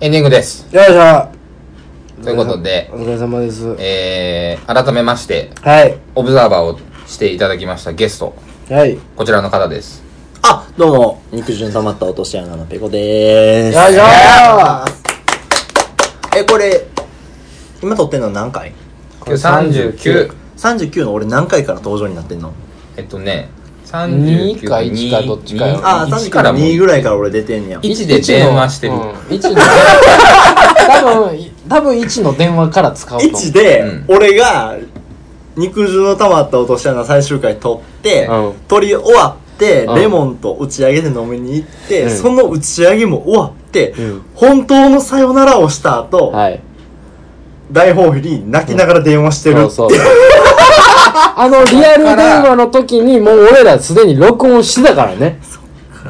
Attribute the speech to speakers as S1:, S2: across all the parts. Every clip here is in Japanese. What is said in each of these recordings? S1: エンディングです。
S2: よいしょ
S1: ということで
S2: お疲れ様です。
S1: えー、改めまして、
S2: はい。
S1: オブザーバーをしていただきましたゲスト、
S2: はい。よ
S1: こちらの方です。
S3: あ、どうも、肉汁溜まった落とし穴のペコでーす。
S2: いしょ
S3: え、これ、今撮ってんの何回
S1: 今日39、
S3: ?39 の俺何回から登場になってんの
S1: えっとね、
S4: 二か一かどっちかよ
S1: 二
S3: あ、
S1: 一からも
S3: 39二ぐらいから俺出てんねや。
S1: 1で電話してる。
S4: 1の、多分、多分1の電話から使うと思
S3: 1で、
S1: う
S3: 俺が、肉汁の溜まった落とし穴最終回撮って、
S4: うん
S3: 撮り終わって、
S4: うん
S3: レモンと打ち上げで飲みに行って、
S4: うん
S3: その打ち上げも終わって、
S4: ん
S3: 本当のさよならをした後、
S4: う。はい。
S3: 大放棄に泣きながら電話してるってい
S4: そううそう。 あの、リアル電話の時に、もう俺らすでに録音してたからね。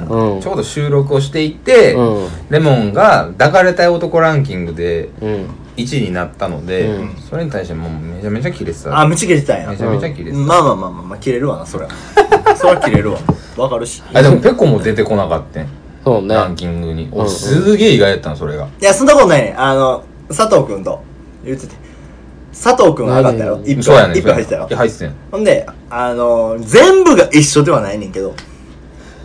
S4: うん。
S1: ちょうど収録をしていて、
S4: うん
S1: レモンが抱かれたい男ランキングで
S4: うん。
S1: 1位になったので、
S4: うん
S1: それに対してもうめちゃめちゃキレてた。
S3: あ、めっちゃ切れてたんや
S1: めち。ゃめちゃキレてた。
S3: まあまあまあまあ、まあ、切れるわな、そりゃ。 そりゃ切れるわ。わかるし。
S1: あ、でもペコも出てこなかったん
S4: そうね。
S1: ランキングに。
S4: うんう
S1: 俺
S4: ん
S1: すげえ意外やったん、それが。
S3: いや、そんなことないね。あの、佐藤くんと言ってて。佐藤くんは上がったよ。
S4: 何
S3: 一票、
S1: そうやねん。
S3: 一票入ってたよ
S1: いや。入ってたよ。
S3: ほんで、あの、全部が一緒ではないねんけど、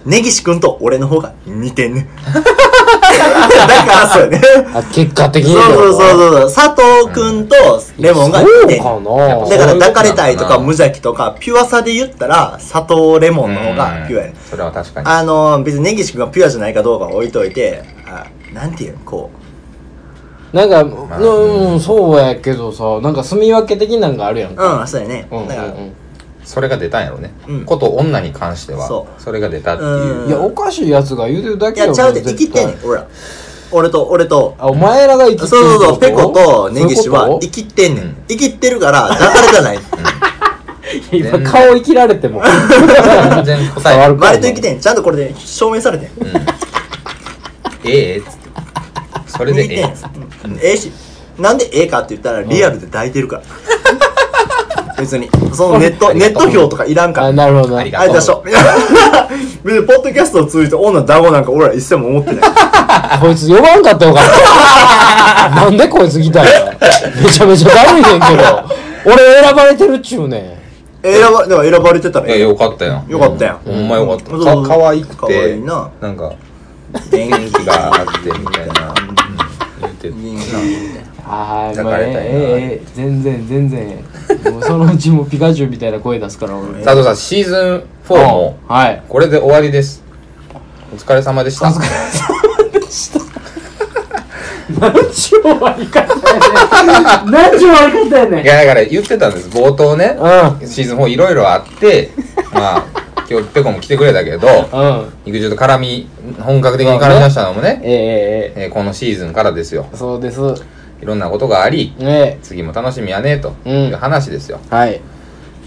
S3: 根岸くんと俺の方が似てんねん。 だから、そうやね。
S4: あ、結果的
S3: そう
S4: に。
S3: そうそうそう。佐藤くんとレモンが似てんねん。
S4: そうか
S3: だか
S4: な
S3: ら抱かれたいと
S1: う
S3: か
S1: ん
S3: 無邪気とか、ピュアさで言ったら、砂糖レモンの方がピュアやねん。
S1: それは確かに。
S3: あの、別に根岸君がピュアじゃないかどうかは置いといて、あなんていうのこ
S4: なんか、
S1: あ
S4: うん、そうやけどさ、なんか住み分け的なんかあるやん
S3: う、
S4: か。
S3: うん、そうやね。
S4: うん。う
S3: だから、
S4: ん。
S1: それが出たんやろね。
S3: うん
S1: こと女に関しては。
S3: そ
S1: それが出たっていう。
S4: いや、おかしいやつが言うてるだ
S3: い
S4: け
S3: や、ちゃうで、
S4: も
S3: 生
S4: 絶
S3: きてんね
S4: 対
S3: ん、俺ら。俺と、俺と。
S4: あ、お前らが生きて
S3: そ
S4: る
S3: うそうそう、ペコと根岸は生
S4: 生き
S3: きてんね
S1: うん
S3: ん。生きてるから、抱かれじゃない。
S4: 今顔生きられて も。
S1: 全然答え
S4: 触
S1: る
S4: る。
S3: 割と生きてん。ちゃんとこれで証明されてん。
S1: うんええっつって。それで
S3: 見
S1: え
S3: て
S1: え
S3: ん
S1: っつって。
S3: うんええし。なんでええかって言ったら、リアルで抱いてるから。別に、そのネッ
S1: あ
S3: ト、
S1: りが
S3: ネ
S1: と
S3: ッ
S1: う
S3: ト票とかいらんから
S4: あ、。なるほど
S1: ありが
S4: な。
S3: あい出しょ。別に、ポッドキャストを通じて女団子なんか俺ら一銭も思ってない。
S4: こいつ呼ばんかったよ かった。なんでこいつ来たんや。めちゃめちゃだるいねんけど。俺選ばれてるっちゅうね
S3: 選ば、でも選ばれてたら
S1: いや、
S3: ええよ。
S1: よかったやん。
S3: よかったやん
S1: ほんまよかった。
S3: そうそうそ
S1: か
S3: う
S1: かわいく
S3: かわ
S1: て。
S3: いいな
S1: なんか、
S3: 元
S1: 元気があってみたいな。うん言って
S3: 気
S1: る
S3: にな
S4: はーい、
S1: 抱
S4: ま
S1: か
S4: あ、
S1: れたい
S4: え
S1: な
S4: ええええ全然、全然。もうそのうちもうピカチュウみたいな声出すから、俺。
S1: 佐藤さん、シーズン4も、
S4: はい。
S1: これで終わりです。お疲れ様でした。
S4: 何時終わり方やねん。 何時終わり方やね
S1: いや、だから言ってたんです。冒頭ね。
S4: ん。
S1: シーズン4いろいろあって、まあ、今日ペコも来てくれたけど、
S4: うん。うん。
S1: 肉汁と絡み、本格的に絡み出したのもね、
S4: えええええ
S1: えーこのシーズンからですよ。
S4: えそうです。
S1: いろんなことがあり、
S4: え
S1: 次も楽しみやねと、
S4: うん
S1: いう話ですよ。
S4: えはい。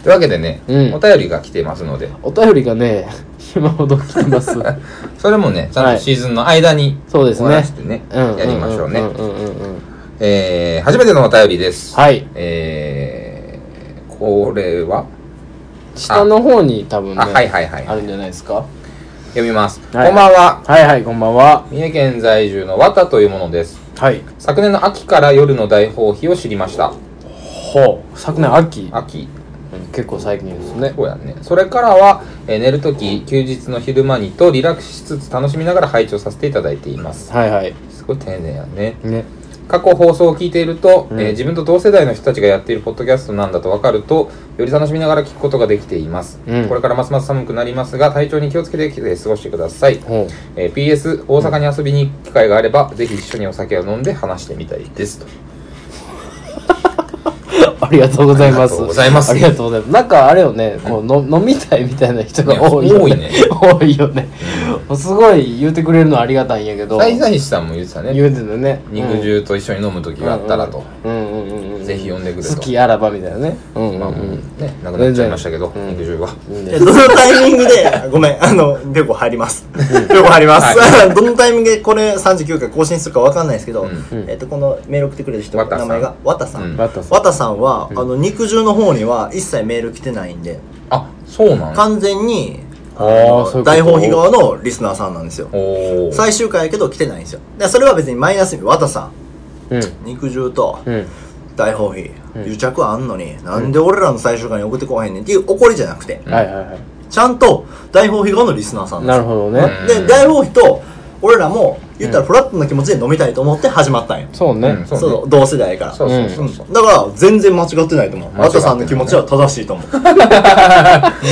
S1: というわけでね、
S4: うん
S1: お便りが来てますので、
S4: お便りがね、 今ほど来て ます。
S1: それもね、ちゃん
S4: は
S1: と
S4: い
S1: シーズンの間に、
S4: そうですね
S1: 終わらせてね、
S4: うん。
S1: やりましょうね。
S4: んうんうんうん。
S1: えー、初めてのお便りです。
S4: はい。
S1: えー、これは
S4: 下の方に多分ね、
S1: あ、はいはいはい。
S4: あるんじゃないですか。
S1: 読みます。
S4: はい
S1: こんばんは。
S4: はいはい、こんばんは。
S1: 三重県在住の綿というものです。
S4: はい。
S1: 昨年の秋から夜の大放棄を知りました。
S4: ほう。昨年秋。
S1: 秋。
S4: うん結構最近ですね。
S1: そうやね。それからは、えー寝るとき、休日の昼間にとリラックスしつつ楽しみながら拝聴させていただいています。
S4: はいはい。
S1: すごい丁寧やね。
S4: ね。
S1: 過去放送を聞いていると、
S4: うん
S1: えー自分と同世代の人たちがやっているポッドキャストなんだと分かると、より楽しみながら聞くことができています。
S4: うん
S1: これからますます寒くなりますが、体調に気をつけてえー過ごしてください。
S4: ほう。
S1: えー PS、大阪に遊びに行く機会があれば、ぜひ一緒にお酒を飲んで話してみたいです。と
S4: ありがとうございます。
S1: ありがとうございます
S4: ありがとうございます。なんかあれよね、こうの飲みたいみたいな人が多いよね
S1: ね。
S4: 多いよね。すごい言うてくれるのはありがたいんやけど。
S1: 大西さんも言ってたね。
S4: 言うてたね。
S1: 肉汁と一緒に飲む時があったらと。
S4: うんうんうんうん。
S1: ぜひ呼んでくれと
S4: 好きあらばみたいなね。うんうん
S1: まあも
S4: う。
S1: うんね、なくなっちゃいましたけど、
S4: 全然
S1: 肉汁は。
S4: いいね
S3: えどのタイミングで、 ごめん、あの、ペコ入ります。ペコ入ります。 どのタイミングでこれ39回更新するかわかんないですけど、
S1: うん
S3: えっと、このメール送ってくれる人の
S1: わたさ
S3: 名
S1: ん
S3: 前が、わたさ
S1: うん
S3: ん。
S4: わたさん
S3: わたさんは、あの、肉汁の方には一切メール来てないんで、
S1: あ、そうなんだ
S3: 完全に、
S4: あーそういうこと
S3: 大本日側のリスナーさんなんですよ。
S1: おー
S3: 最終回やけど来てないんですよ。で、それは別にマイナスに、綿さん、
S4: うん
S3: 肉汁と、
S4: うん
S3: 大放棄、癒着はあんのに、なんで俺らの最終回に送ってこへんねんっていう怒りじゃなくて、
S4: はいはいは
S3: ちゃんと大放棄側のリスナーさ
S4: い
S3: んで
S4: な
S3: す
S4: る
S3: よ。
S4: ほどね
S1: うん
S3: で、大放棄と、俺らも、言ったらフラットな気持ちで飲みたいと思って始まったんよ。
S4: そうね
S1: うんそうね
S3: そう、同世代やから。
S1: そうそうそうそう
S3: うんだから、全然間違ってないと思う。
S1: 間違ってない
S3: 綿さんの気持ちは正しいと思う。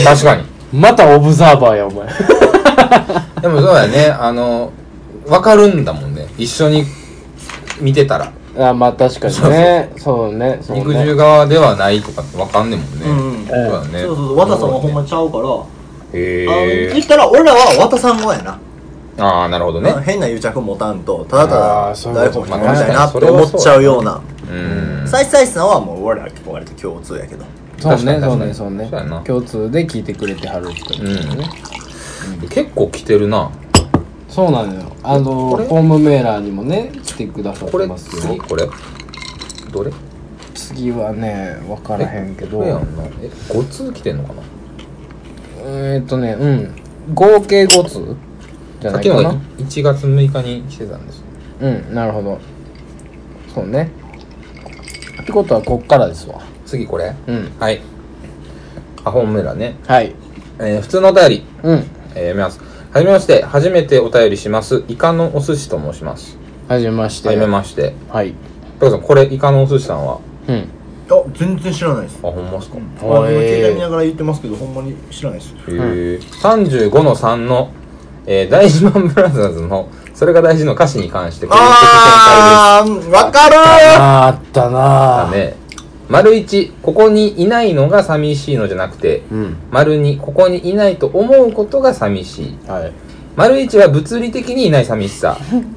S1: 確かに
S4: またオブザーバーやお前
S1: でもそうだよねあの分かるんだもんね一緒に見てたら
S4: あまあ確かにねそうねそうね
S1: 肉汁側ではないとかって分かんねえもんね、
S3: うん
S1: そうだね
S3: そうそうそう、綿さんはほんまちゃうから、あの
S1: へ
S3: 言
S1: え
S3: ったら俺らは綿さん側やな。
S1: ああなるほどね
S3: 変な癒着持たんと、ただ
S4: あー
S3: た
S4: そう
S3: だ
S4: いう
S3: 大
S4: こと
S3: 本日飲みたいなって思っちゃうような。
S1: うん
S3: サイサイさんはもう俺ら結構割と共通やけど。
S4: そうね
S1: 確か
S4: そう
S1: に
S4: ねそうね
S1: そうやな
S4: 共通で聞いてくれてはる人ね
S1: 結構来てるな
S4: そうなのよあの
S1: これ
S4: ホームメーラーにもね来てくださっ
S1: こ
S4: て
S1: れ
S4: ますけ
S1: 次
S4: ど
S1: これどれ
S4: 次はね分からへんけど
S1: これやんなえ5通来てんのかな
S4: えーっとねうん合計5通じゃ
S1: さっ
S4: ない
S1: きの
S4: か
S1: が
S4: な
S1: 1月6日に来てたんです
S4: うんなるほどそうねってことはこっからですわ
S1: 次これ
S4: うん
S1: はいアホメラね、
S4: はい
S1: えー普通のお便り、
S4: うん
S1: えー読みますはじめまして初めてお便りしますイカのお寿司と申します
S4: はじめまして
S1: はじめまして
S4: はい
S1: ペコさんこれイカのお寿司さんは
S4: うん
S3: あ、全然知らないです。
S1: あほんまっすか、
S3: あの、
S4: へー
S3: 携帯見ながら言ってますけど、ほんまに知らないです。
S1: へえ35の3の、えー、大事マンブラザーズのそれが大事の歌詞に関してこういう展開です
S3: あー、わかる
S4: あーあったな
S1: だね丸一ここにいないのが寂しいのじゃなくて
S4: うん
S1: 丸二ここにいないと思うことが寂しい
S4: はい
S1: 丸一は物理的にいない寂しさ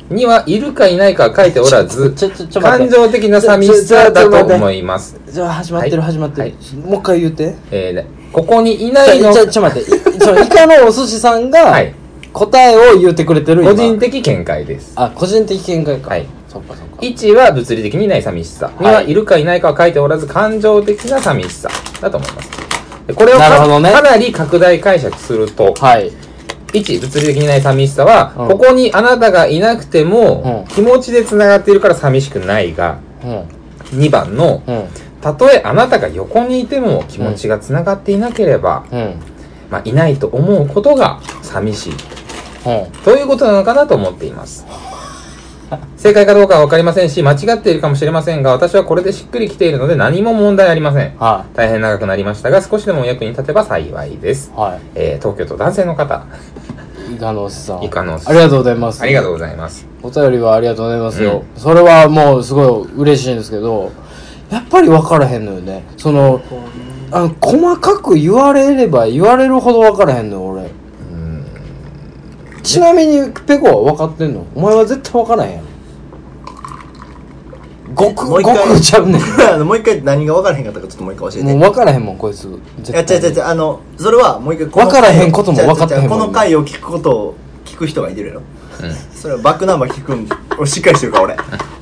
S1: 二はいるかいないかは書いておらず
S4: ちょちょちょ待っ
S1: 感
S4: て
S1: 情的な寂しさだと思います、
S4: じゃあ始まってる
S1: は
S4: 始まって
S1: は
S4: るもう一回言って
S1: えー、ここにい
S4: ち
S1: な
S4: ょ
S1: いの
S4: ちょちょ待ってい そのイカのお寿司さんが
S1: はい
S4: 答えを言ってくれてる今
S1: 個人的見解です
S4: あ個人的見解か
S1: はい
S4: そっかそっか
S1: 1は物理的にない寂しさ2
S4: い
S1: はいるかいないかは書いておらず感情的な寂しさだと思いますでこれを
S4: なるほ
S1: か,、
S4: どね
S1: なり拡大解釈すると
S4: はい
S1: 1物理的にない寂しさは、
S4: うん
S1: ここにあなたがいなくても、
S4: うん
S1: 気持ちでつながっているから寂しくないが
S4: うん
S1: 2番の
S4: うん
S1: たとえあなたが横にいても気持ちがつながっていなければ、
S4: うんうん
S1: まあ、いないと思うことが寂しいということなのかなと思っています。正解かどうかは分かりませんし、間違っているかもしれませんが、私はこれでしっくりきているので何も問題ありません。
S4: は
S1: 大変長くなりましたが、少しでもお役に立てば幸いです
S4: い。は
S1: えー、東京都男性の方、
S4: いイカのお寿司さん
S1: イカのお寿司
S4: ありがとうございます
S1: ありがとう
S4: う
S1: ございます。
S4: お便りはありがとうございますよそれはもうすごい嬉しいんですけどやっぱり分からへんのよねそのあの細かく言われれば言われるほど分からへんのよ俺ちなみにペコは分かってんのお前は絶対分からへんやんごく
S3: もう
S4: ご
S3: 一回
S4: くちゃうねん
S3: あのもう一回何が分からへんかったかちょっともう一回教えて。
S4: もう分からへんもんこいつ
S3: いや、違う 違う違う、あの、それはもう一回この
S4: 分からへんことも分かってへんもん
S3: 違う違う違うこの回を聞くことを聞く人がいてるやろ。それはバックナンバー聞くん、俺しっかりしてるから俺。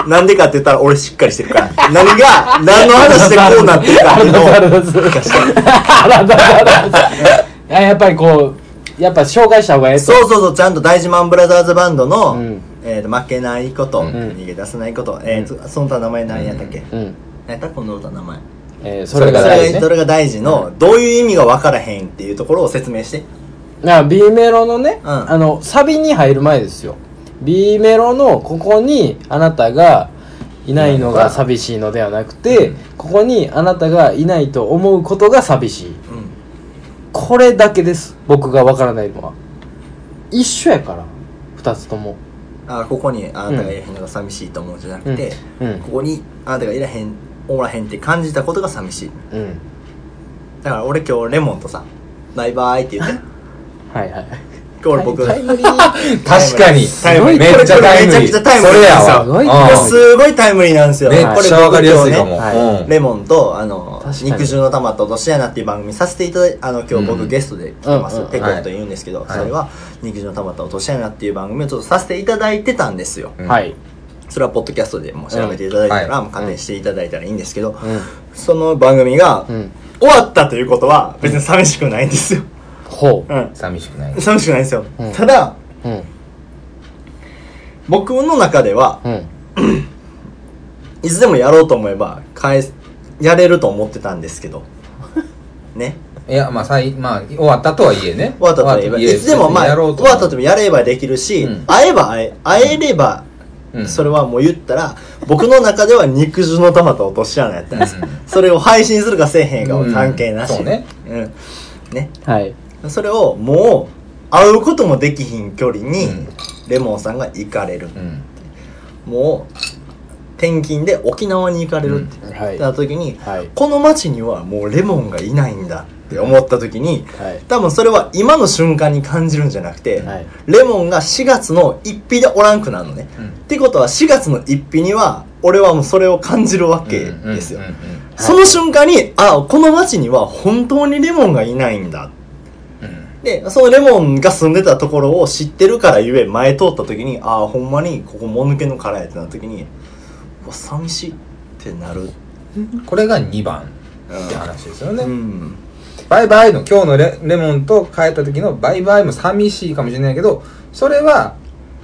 S3: なんでかって言ったら俺しっかりしてるから。何が、何の話でこうなってるかっていうのを。
S4: いややっぱりこうやっぱ紹介した方がええと
S3: そうそうそう、ちゃんと大事マンブラザーズバンドの、
S4: うん
S3: えーと、負けないこと、
S1: うん
S3: 逃げ出さないこと、えーと、その他名前何やったっけ、
S4: うん
S3: 何やったこの歌名前。
S4: えーそれが
S1: そ
S4: 大
S1: れ
S4: 事
S1: が
S4: ね
S3: それが大事の、どういう意味が分からへんっていうところを説明して。
S4: な B メロのね、
S3: うん
S4: あのサビに入る前ですよ B メロのここにあなたがいないのが寂しいのではなくて、ここにあなたがいないと思うことが寂しい
S3: うん。
S4: これだけです僕がわからないのは一緒やから2つとも
S3: あここにあなたがいらへんのが寂しいと思うんじゃなくて、
S4: うんうん
S3: ここにあなたがいらへんおらへんって感じたことが寂しい
S4: うん
S3: だから俺今日レモンとさ「バイバイ」って言って
S4: はいはい
S3: 今日僕
S4: タイムリー
S1: 確かに
S3: タイムリー
S1: めっちゃタイムリー。
S3: めちゃくちゃタイムリー
S1: それやわ。
S4: すごいね
S1: うん
S3: すごいタイムリーなんですよ
S1: めっちゃわかりやすいかも。
S4: これ僕
S1: うん
S3: レモンとあの
S4: 確かに
S3: 肉汁の玉と落とし穴っていう番組させていただいあの今日
S1: う
S3: 僕
S1: ん
S3: ゲストで来てます、
S4: うんうん
S3: ペコンと言うんですけど、
S1: はい
S3: それは肉汁の玉と落とし穴っていう番組をちょっとさせていただいてたんですよ、
S1: うん
S4: はい、
S3: それはポッドキャストでもう調べていただいた
S1: うん
S3: ら、
S1: は
S3: もう加点していただいたらいいんですけど、
S4: うん
S3: その番組が、
S4: うん
S3: 終わったということは別に寂しくないんですよ。
S4: ほう。
S3: うん。
S1: 寂しくない。
S3: 寂しくないんですよ。
S4: うん
S3: ただ、
S4: うん。
S3: 僕の中では、
S4: うん。
S3: いつでもやろうと思えば、返す、やれると思ってたんです けど。ね。
S1: いや、まあ、さい、まあ、終わったとはいえね。
S3: 終わったとは言えば、いつでもまあ、
S1: やろうと。
S3: 終わったともやればできるし、
S1: うん
S3: 会えば会え、会えれば、
S1: うん
S3: それはもう言ったら、僕の中では肉汁の玉と落とし穴やったんです。
S1: うん
S3: それを配信するかせえへんかは関係なし。
S1: うんそうね。
S3: うん。ね。
S4: はい。
S3: それをもう、会うこともできひん距離に、
S1: うん
S3: レモンさんが行かれる。
S1: うん。
S3: もう、転勤で沖縄に行かれるって
S4: は
S3: 言
S4: い。
S3: った時に、
S4: はい。
S3: この街にはもうレモンがいないんだって思った時に、
S4: はい。
S3: 多分それは今の瞬間に感じるんじゃなくて、
S4: はい
S3: レモンが4月の一日でおらんくなるのね。
S1: うん
S3: ってことは4月の一日には、俺はもうそれを感じるわけですよ
S1: うん。うん
S3: その瞬間に、あ、この街には本当にレモンがいないんだ。
S1: うんうん
S3: で、そのレモンが住んでたところを知ってるからゆえ前通った時に、ああ、ほんまにここもぬけの殻やってなった時に、うわ、寂しいってなる。
S1: うんこれが2番って話ですよね。
S3: うん。
S1: バイバイの今日のレレモンと帰った時のバイバイも寂しいかもしれないけど、それは、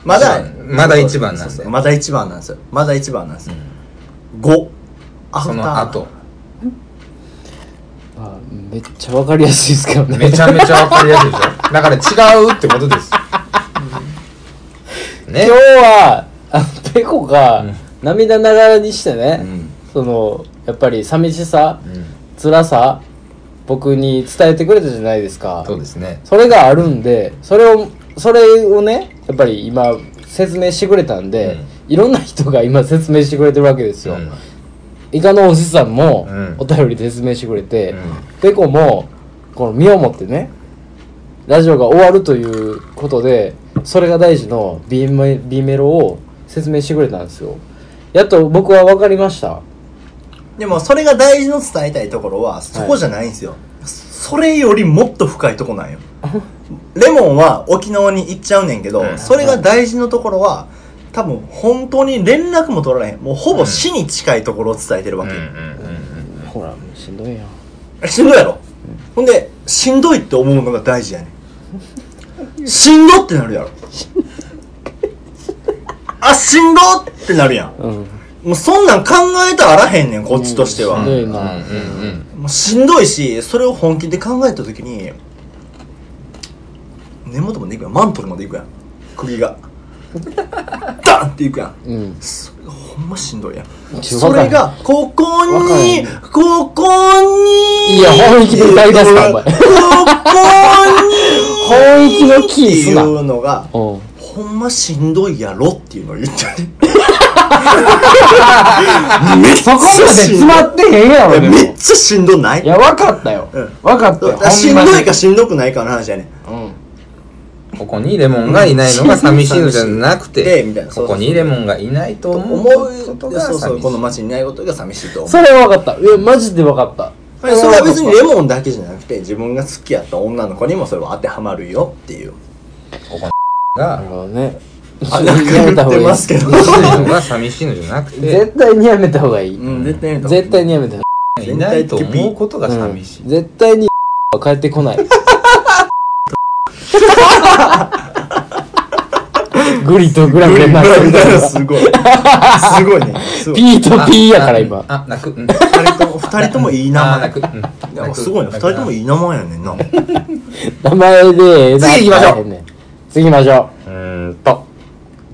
S3: まだ、
S1: まだ一番なんで
S3: そうそうまだ一番なんですよ。まだ一番なんですよ。5。アフ
S1: そ
S3: ター
S1: の後。
S4: あめっちゃわかりやすいですけどね。
S1: めちゃめちゃわかりやすいでしょ。 だから違うってことです。ね
S4: 今日。は、あの、ペコが
S1: うん
S4: 涙ながらにして
S1: う
S4: ね、
S1: ん
S4: その、やっぱり寂しさ、
S1: うん
S4: 辛さ、僕に伝えてくれたじゃないですか。
S1: そうですね。
S4: それがあるんで、それを、それをね、やっぱり今、説明してくれたんで、いろんな人が今説明してくれてるわけですよ。
S1: うん
S4: イカのおじさんも
S1: うん
S4: お便りで説明してくれて、
S1: うん
S4: ペコもこの身をもってねラジオが終わるということでそれが大事の B メ B メロを説明してくれたんですよやっと僕は分かりました
S3: でもそれが大事の伝えたいところはそこじゃないんですよ、それよりもっと深いとこ なんよレモンは沖縄に行っちゃうねんけど、
S1: うん
S3: それが大事のところは多分本当に連絡も取られへんもうほぼ死に近いところを伝えてる
S1: う
S3: わ
S1: んう
S3: け、
S1: んうん
S4: ほらもうしんどいやん
S3: しんどいやろ、ほんでしんどいって思うのが大事やねんしんどってなるやろあしんどってなるやん
S4: うん
S3: もうそんなん考えたらあらへんねんこっちとしては、
S4: しんど
S1: うんう
S4: いな、
S1: んうん
S3: もうしんどいし、それを本気で考えたときに、根元までいくやん。マントルまでいくやん。首が。ダンっていくやん。
S4: うん
S3: それがほんましんどいやん。
S4: ちょ
S3: それ
S4: わ
S3: が、ここ
S4: わかん
S3: に
S4: な、
S3: ここに、
S4: いや本気で歌い出すなお前
S3: ここ
S4: 本気のキ
S3: に、
S4: ー
S3: って
S4: す
S3: い
S4: な
S3: うのが、
S4: うん
S3: ほんましんどいやろっていうのを言ってる。
S4: そこまで詰まってへんやろでも
S3: めっちゃしんどない
S4: いや分かったよ、
S3: うん
S4: 分かったよほんまに
S3: しんどいかしんどくないかの話やねん。
S4: うん
S1: ここにレモンがいないのが寂しいのじゃなく
S3: で
S1: て
S3: みたいな、
S1: ここにレモンがいないと思
S3: 思
S1: う
S3: う
S1: ことが
S3: そうそ
S1: 寂
S3: う
S1: しい
S3: こ。の街にいないことが寂しいと思う
S4: それは分かったいやマジで分かった
S3: それは別にレモンだけじゃなくて自分が好きやった女の子にもそれは当てはまるよっていう
S1: ここにが
S4: なるほどね
S3: あなんか言ってますけど
S1: 寂しいのが寂しいのじゃなくて、
S4: 絶対にやめた方がいい、
S3: うん絶対に
S4: 絶対にやめた方が
S1: いないと思うことが寂しい
S4: うん。絶対には帰ってこ ないグリとグラ
S3: グ
S4: グ
S3: リ
S4: ラにな
S3: グ
S4: って
S3: ラ
S4: る
S3: みたいなすごいすごいねすごい
S4: ピーとピーやから
S1: あ
S4: 今、
S1: あ泣く。うん
S3: 2人とも二人ともいい名
S1: あ
S3: 前
S1: 泣 く。
S3: いやすごいね
S1: ね
S3: 2人とも
S1: い。
S3: いい名前やねんな
S4: 名前でええな
S1: 次行きましょう
S4: 大変ねん次行きましょ
S1: うーんと、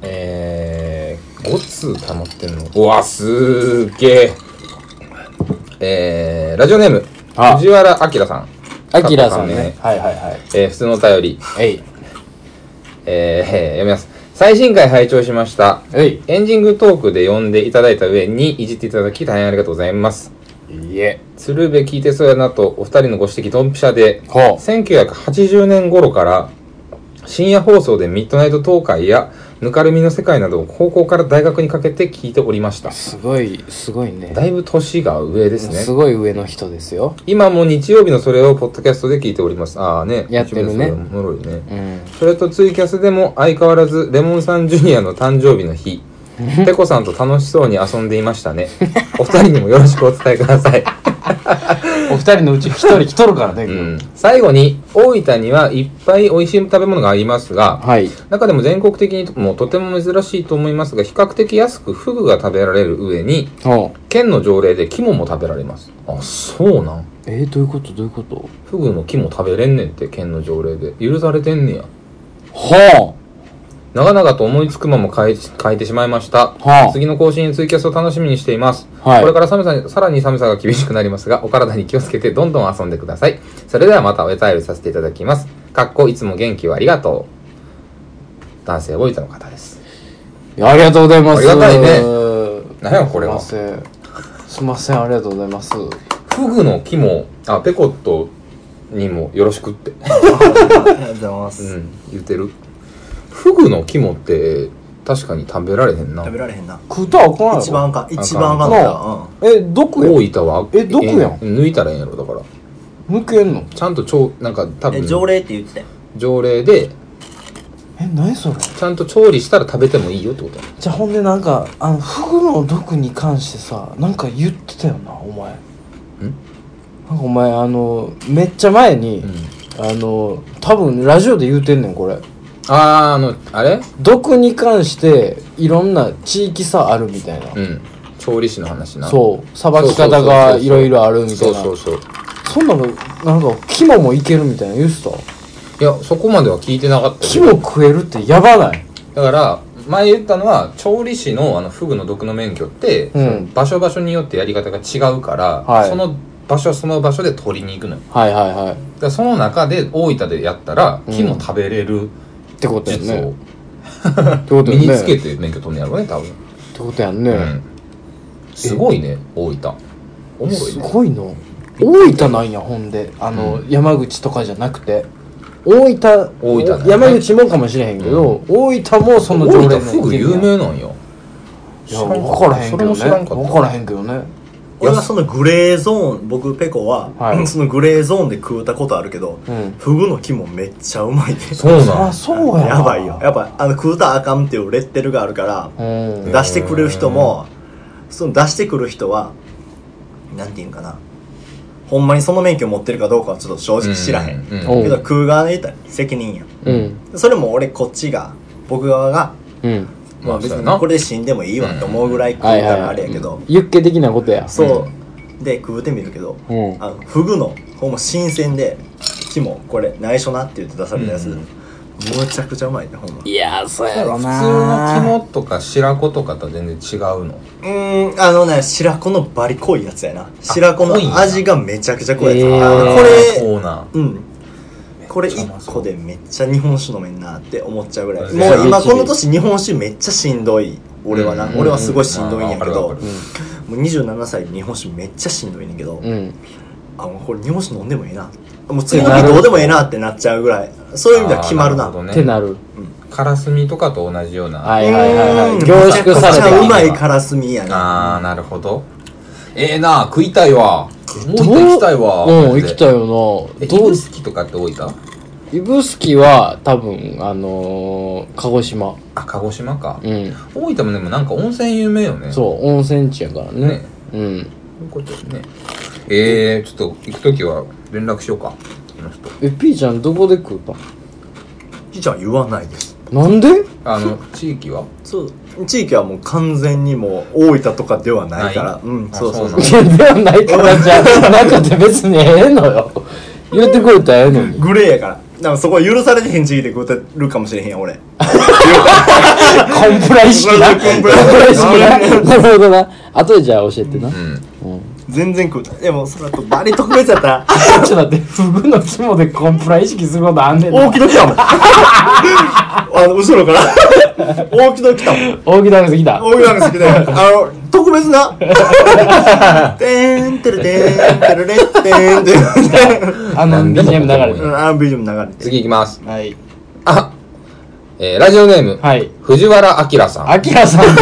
S1: えー、5通溜まってんの。うわ、すーげえ。えー、ラジオネーム、
S4: あ
S1: 藤原明さん。
S4: うアキラさんねはいはいはい
S1: えー、普通のお便り、
S4: えい
S1: えー、読みます。最新回拝聴しました。
S4: えい
S1: エンディングトークで呼んでいただいた上にいじっていただき大変ありがとうございます。
S4: いいえ
S1: 鶴瓶聞いてそうやなとお二人のご指摘ドンピシャで、
S4: ほう
S1: 1980年頃から深夜放送でミッドナイト東海やぬかるみの世界などを高校から大学にかけて聞いておりました。
S4: すごいすごいね
S1: だいぶ年が上です
S4: す
S1: ね。
S4: ごい上の人ですよ
S1: 今も日曜日のそれをポッドキャストで聞いております。ああね。
S4: やってるね
S1: 日曜日のそれおもろいね。
S4: うん
S1: それとツイキャスでも相変わらずレモンさんジュニアの誕生日の日ペコさんと楽しそうに遊んでいましたねお二人にもよろしくお伝えください
S4: お二人のうち一人来とるからね、
S1: うん最後に、大分にはいっぱい美味しい食べ物がありますが、
S4: はい
S1: 中でも全国的にもとても珍しいと思いますが、比較的安くフグが食べられる上に、
S4: はあ
S1: 県の条例で肝も食べられます。あ、そうなん。
S4: えー、どういうことどういうこと
S1: フグの肝食べれんねんって、県の条例で。許されてんねや。
S4: は
S1: 長々と思いつくまま変え変えてしまいました。
S4: はあ
S1: 次の更新、ツイキャスを楽しみにしています。
S4: はい
S1: これから寒さに、さらに寒さが厳しくなりますが、お体に気をつけてどんどん遊んでください。それではまたお便りさせていただきます。かっこいつも元気をありがとう。男性大分の方です。
S4: あありがとうございます
S1: ありがたいね何やこれは
S4: すいませんすいませんありがとうございます
S1: フグの木も、あ、ペコットにもよろしくって。
S3: ありがとうございま
S1: う
S3: す、
S1: ん、言ってる。フグの肝って、確かに食べられへんな。
S3: 食べられへんな
S4: 食うたらあかんやろ
S3: 一番あかん一番あかんからうん
S4: え毒やん
S1: 大分は、
S4: え毒やん
S1: え抜いたらええんやろ、だから。
S4: 抜けんの
S1: ちゃんと調、なんか多
S3: え
S1: 分、
S3: 条例って言ってたよ
S1: 条例で、
S4: え何それ
S1: ちゃんと調理したら食べてもいいよってこと
S4: じゃあほんでなんかあのフグの毒に関してさなんか言ってたよなお前なんかお前あのめっちゃ前に、
S1: うん。
S4: あの多分ラジオで言うてんねんこれ
S1: あー、あの、あれ
S4: 毒に関していろんな地域差あるみたいな、
S1: うん。調理師の話な。
S4: そうさばき方がいろいろあるみたいな
S1: そうそうそう。
S4: そんなのなんか肝もいけるみたいな言うてた
S1: いや、そこまでは聞いてなかったよ
S4: 肝食えるってやばない
S1: だから、前言ったのは、調理師のあの、フグの毒の免許って、
S4: うん
S1: 場所場所によってやり方が違うから、
S4: はい
S1: その場所その場所で取りに行くのよ。
S4: はいはいはい
S1: だ
S4: っ
S1: からその中で大分でやったら、
S4: うん
S1: 木も食べれる
S4: てことやん
S1: 術
S4: ね
S1: を
S4: ってこと
S1: 身
S4: やんね
S1: につけ
S4: って
S1: 免許取るんやろうね、多分。
S4: てことやんね、
S1: うん。すごいね、大分。おもろい
S4: す
S1: ね。
S4: ごいの大分なんやほんであの、
S1: う
S4: 山口とかじゃなくて大分
S1: 大分なんや
S4: 山口もかもしれへんけど、大分もその
S1: 大分
S4: の
S1: フグ有名なんよ。
S4: いや分からへん
S1: そ
S4: け
S1: れ
S4: ど
S1: も
S4: ね
S1: 知らんかった。
S4: 分からへんけどね
S3: 俺はそのグレーゾーン僕ペコは、
S4: はい
S3: うんそのグレーゾーンで食うたことあるけど、
S4: うん
S3: フグの木もめっちゃうまいで
S1: そうなん
S4: あそうやな
S3: やばいよやっぱあの食うたらあかんっていうレッテルがあるから、
S4: うん
S3: 出してくる人もその出してくる人はなんていうんかなほんまにその免許持ってるかどうかはちょっと正直知らへん、
S1: うう
S4: お
S3: けど食う側で言ったら責任や
S4: うん
S3: それも俺こっちが僕側が
S4: うん
S3: ま
S1: ま
S3: あ
S1: あ
S3: 別
S1: そうや
S3: に
S1: な
S3: これで死んでもいいわって思うぐらい食うからあれやけど、
S4: ユッケ的なことや
S3: そうで食うてみるけど、
S4: うん
S3: あのフグのほんま新鮮で木もこれ内緒なって言って出されたやつ、
S1: うん
S3: むちゃくちゃうまいねほんま
S4: いやそうやろ
S1: 普通
S4: な
S1: の肝とか白子とかとは全然違うの
S3: うーんあのね白子のバリ濃いやつやな白子
S1: 濃いん
S3: の
S1: や
S3: 味がめちゃくちゃ濃いやつ、
S4: へー
S3: あの
S4: あ
S3: これ
S1: こうなん
S3: うんこれ
S1: めっちゃうま
S3: 1
S1: そう
S3: 個でめっちゃ日本酒飲めんなって思っちゃうぐらい
S1: うん
S3: もう今この年日本酒めっちゃしんどい俺はな、
S1: うん
S3: 俺はすごいしんどいんやけど、
S1: うんわかるわか
S3: もう27歳で日本酒めっちゃしんどいねんけど、
S4: うん
S3: あもうこれ日本酒飲んでもええなもう次の日どうでもええなってなっちゃうぐらいそういう意味では決まるな
S1: あーるほどね
S4: ってなる
S1: カラスミとかと同じような
S4: は
S1: あ
S4: いはいはいは
S3: う
S4: い
S3: ん
S4: 凝縮され
S3: めちゃくち
S4: て
S3: ゃう
S4: き
S3: ま
S4: た
S3: いからすみやな
S1: あーなるほどええな食いたいわもう一回行きたいわ
S4: うん行きたい
S1: い
S4: よな
S1: え
S4: ど
S1: どう
S4: う
S1: 好きとかって大分
S4: 指宿は多分あのー鹿児島
S1: あ鹿児島か
S4: うん
S1: 大分もでもなんか温泉有名よね
S4: そう温泉地やからね
S1: ね
S4: う
S1: う
S4: ん
S1: いうことよねえー、ちょっと行く時は連絡しようかこの人
S4: えピーちゃんどこで食うたん
S3: じいちゃんは言わないです
S4: なんで
S1: あの地域は
S3: そう地域はもう完全にもう大分とかではないから
S1: ない
S3: うん
S1: あ
S3: そうそうそ
S1: そう
S3: う
S1: ない
S4: やではないからじゃあなくて別にええのよ言ってくれたらええの に
S3: グレーやからだからそこは許されてへん地域で食うてるかもしれへんやん俺
S4: コンプラ意識な
S3: コンプラ
S4: コンプラ意 識ななるほどな後でじゃあ教えてな、
S1: うん
S4: うん
S3: 全然食うたでもそれとバリ特別やった ら
S4: ちょっと待って、フグの肝でコンプラ意識することあんねんな。
S3: 大木戸来 たもんあの後ろから 大木戸来たもん
S4: 大木ダメすぎた。
S3: 大木なんですけど、あの、特 別な。てーんてれてーんてれれってーんてれれ
S4: あの、
S1: なんでも
S4: BGM 流れ
S3: う
S4: て
S3: んあー、ビジュ流れて。
S1: 次行きます
S4: はい。
S1: あえー、ラジオネーム、
S4: はい。
S1: 藤原明さん
S4: アキラさんだ。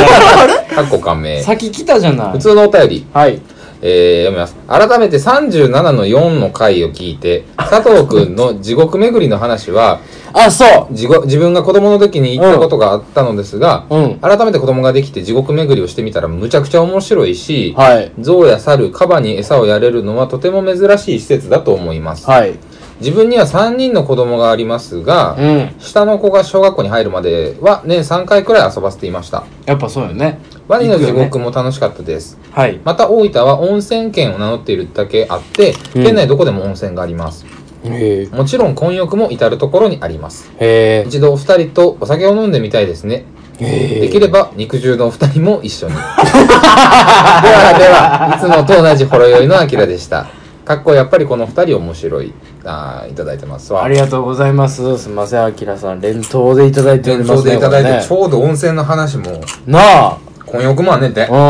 S1: かっこ感銘
S4: 先来たじゃな
S1: 普
S4: い。
S1: 通のお便り、
S4: はい。
S1: えー、読みます。改めて37の4の回を聞いて、佐藤くんの地獄巡りの話は、
S4: あそう
S1: 地獄自分が子供の時に行ったことがあったのですが、
S4: うん
S1: 改めて子供ができて地獄巡りをしてみたらむちゃくちゃ面白いし、
S4: はい
S1: 象や猿、カバに餌をやれるのはとても珍しい施設だと思います。
S4: はい
S1: 自分には3人の子供がありますが、
S4: うん
S1: 下の子が小学校に入るまでは年3回くらい遊ばせていました。
S4: やっぱそうよね
S1: ワニの地獄も楽しかったです。
S4: はい
S1: また大分は温泉県を名乗っているだけあって、
S4: うん
S1: 県内どこでも温泉があります。
S4: へえ
S1: もちろん混浴も至るところにあります。
S4: へ
S1: 一度お二人とお酒を飲んでみたいですね。
S4: え
S1: できれば肉汁のお二人も一 緒に。ではでは、いつもと同じほろ酔いのあきらでした。かっこやっぱりこの二人面白い。あーいただいてますわ。
S4: ありがとうございますすみませんあきらさん連投でいただいており
S1: 伝
S4: ま
S1: 統
S4: すね
S1: でいただいて、ち
S4: こ
S1: ょうど温泉の話も、
S4: れねな
S1: 混浴もあんねんて。
S4: あう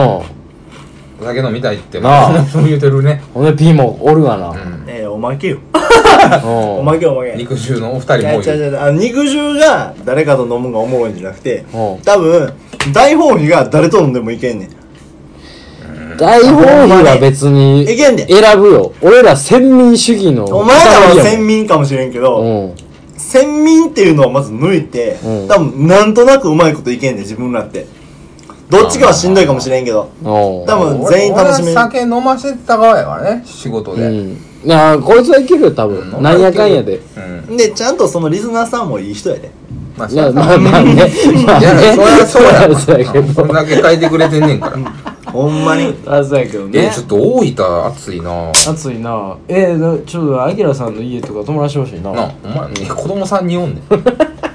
S4: ん
S1: お酒飲みたいって、
S4: な あ
S1: そう言うてるね。
S4: ほんで P もおるがな、う、
S1: うんん。
S3: ええおまけよおまけおまけ
S1: 肉汁のお二
S3: い
S1: 人
S3: や
S1: も
S3: 違う
S1: いる。
S3: 違うあの肉汁が誰かと飲むのがおもろいんじゃなくて
S4: うん
S3: 多分大放棄が誰と飲んでもいけんねん
S4: 大放棄は別に
S3: いけんで
S4: 選ぶよ俺ら先民主義の
S3: お前らは
S4: 塊やもん
S3: 先民かもしれんけど、
S4: うん
S3: 先民っていうのをまず抜いて、
S4: うん
S3: 多分なんとなくうまいこといけんねん自分らってどっちかはしんどいかもしれんけど
S4: おう
S3: 多分全員楽しめ
S1: 俺
S3: る
S1: は酒飲ませてた側やからね仕事
S4: う
S1: で、
S4: んいやーこいつはいけるよ多分、
S1: うん
S4: なんやかんやで
S1: うん
S3: でちゃんとそのリスナーさんもいい人やで
S1: まあ
S4: い
S1: そり
S4: や
S1: ゃ
S4: まあまあねまあ
S1: いや
S4: ね
S1: そりゃそうや
S4: そりゃそうやけ
S1: なそん
S4: ど
S1: だけ書いてくれてんねんから
S3: ほんまに
S4: あそうやけど
S1: えちょっと大分暑いな
S4: 暑いなえー、ちょっとアキラさんの家とか泊まらしてほしいな
S1: なあお前子供さんにおんねん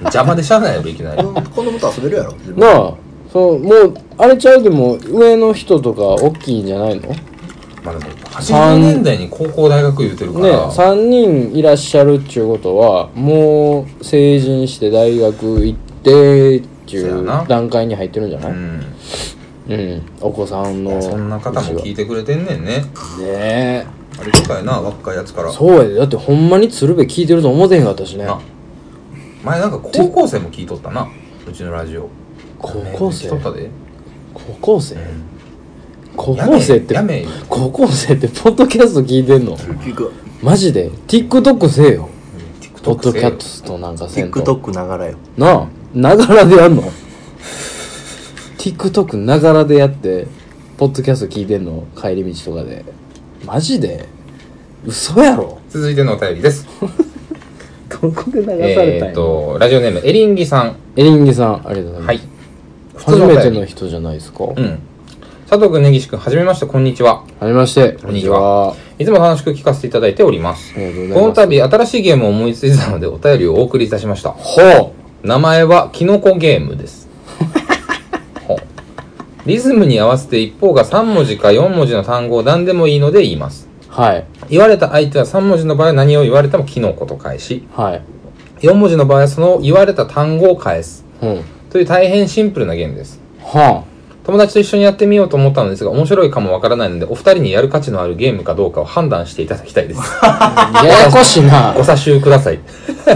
S1: 邪魔でしゃあないやろいきなり
S3: 子供と遊べるやろ自分
S4: なあそうもうあれちゃうでも上の人とか大きいんじゃないのね
S1: まあでも80年代に高校大学言うてるから、
S4: 3人いらっしゃるっちゅうことはもう成人して大学行ってってい
S1: そうや
S4: う
S1: な
S4: 段階に入ってるんじゃな
S1: う
S4: い
S1: ん
S4: うん、お子さんの
S1: そんな方も聞いてくれてんねんね
S4: ねえ
S1: ありがたいな若いやつから
S4: そうやでだってほんまに鶴瓶聞いてると思ってへんかったしね
S1: な前なんか高校生も聞いとったなうちのラジオ
S4: 高校
S1: 聞
S4: 生
S1: いとったで
S4: 高校生
S1: ん
S4: 高校生って
S1: やめやめ
S4: 高校生ってポッドキャスト聞いてんの
S3: 聞く
S4: マジで TikTok せえよポッ
S1: TikTok
S4: ド
S1: せ
S4: キ
S1: よ
S4: ャストなんかせんと
S3: TikTok ながらよ
S4: なあながらでやんの TikTok ながらでやってポッドキャスト聞いてんの帰り道とかでマジで嘘やろ
S1: 続いてのお便り です
S4: ここで流さ
S1: えーっと、ラジオネーム、エリンギさん。
S4: エリンギさんありがとうございます、
S1: はい。
S4: 初めての人じゃないですか、
S1: うん。佐藤くん、根岸くん、はじめまして、こんにちは。
S4: はじめまして
S1: こんにちはいつも楽しく聞かせていただいております。
S4: ありがとうござ
S1: こ
S4: い
S1: の
S4: ます
S1: 度、新しいゲームを思いついたので、お便りをお送りいたしました。
S4: ほ
S1: 名前は、キノコゲームです。ほうリズムに合わせて一方が3文字か4文字の単語を何でもいいので言います。
S4: うはい
S1: 言われた相手は3文字の場合は何を言われてもキノコと返し、
S4: はい
S1: 4文字の場合はその言われた単語を返す。
S4: うん
S1: という大変シンプルなゲームです。
S4: は
S1: 友達と一緒にやってみようと思ったのですが、面白いかもわからないので、お二人にやる価値のあるゲームかどうかを判断していただきたいです。
S4: あややこしいな
S1: ご察しください。
S4: いっぺ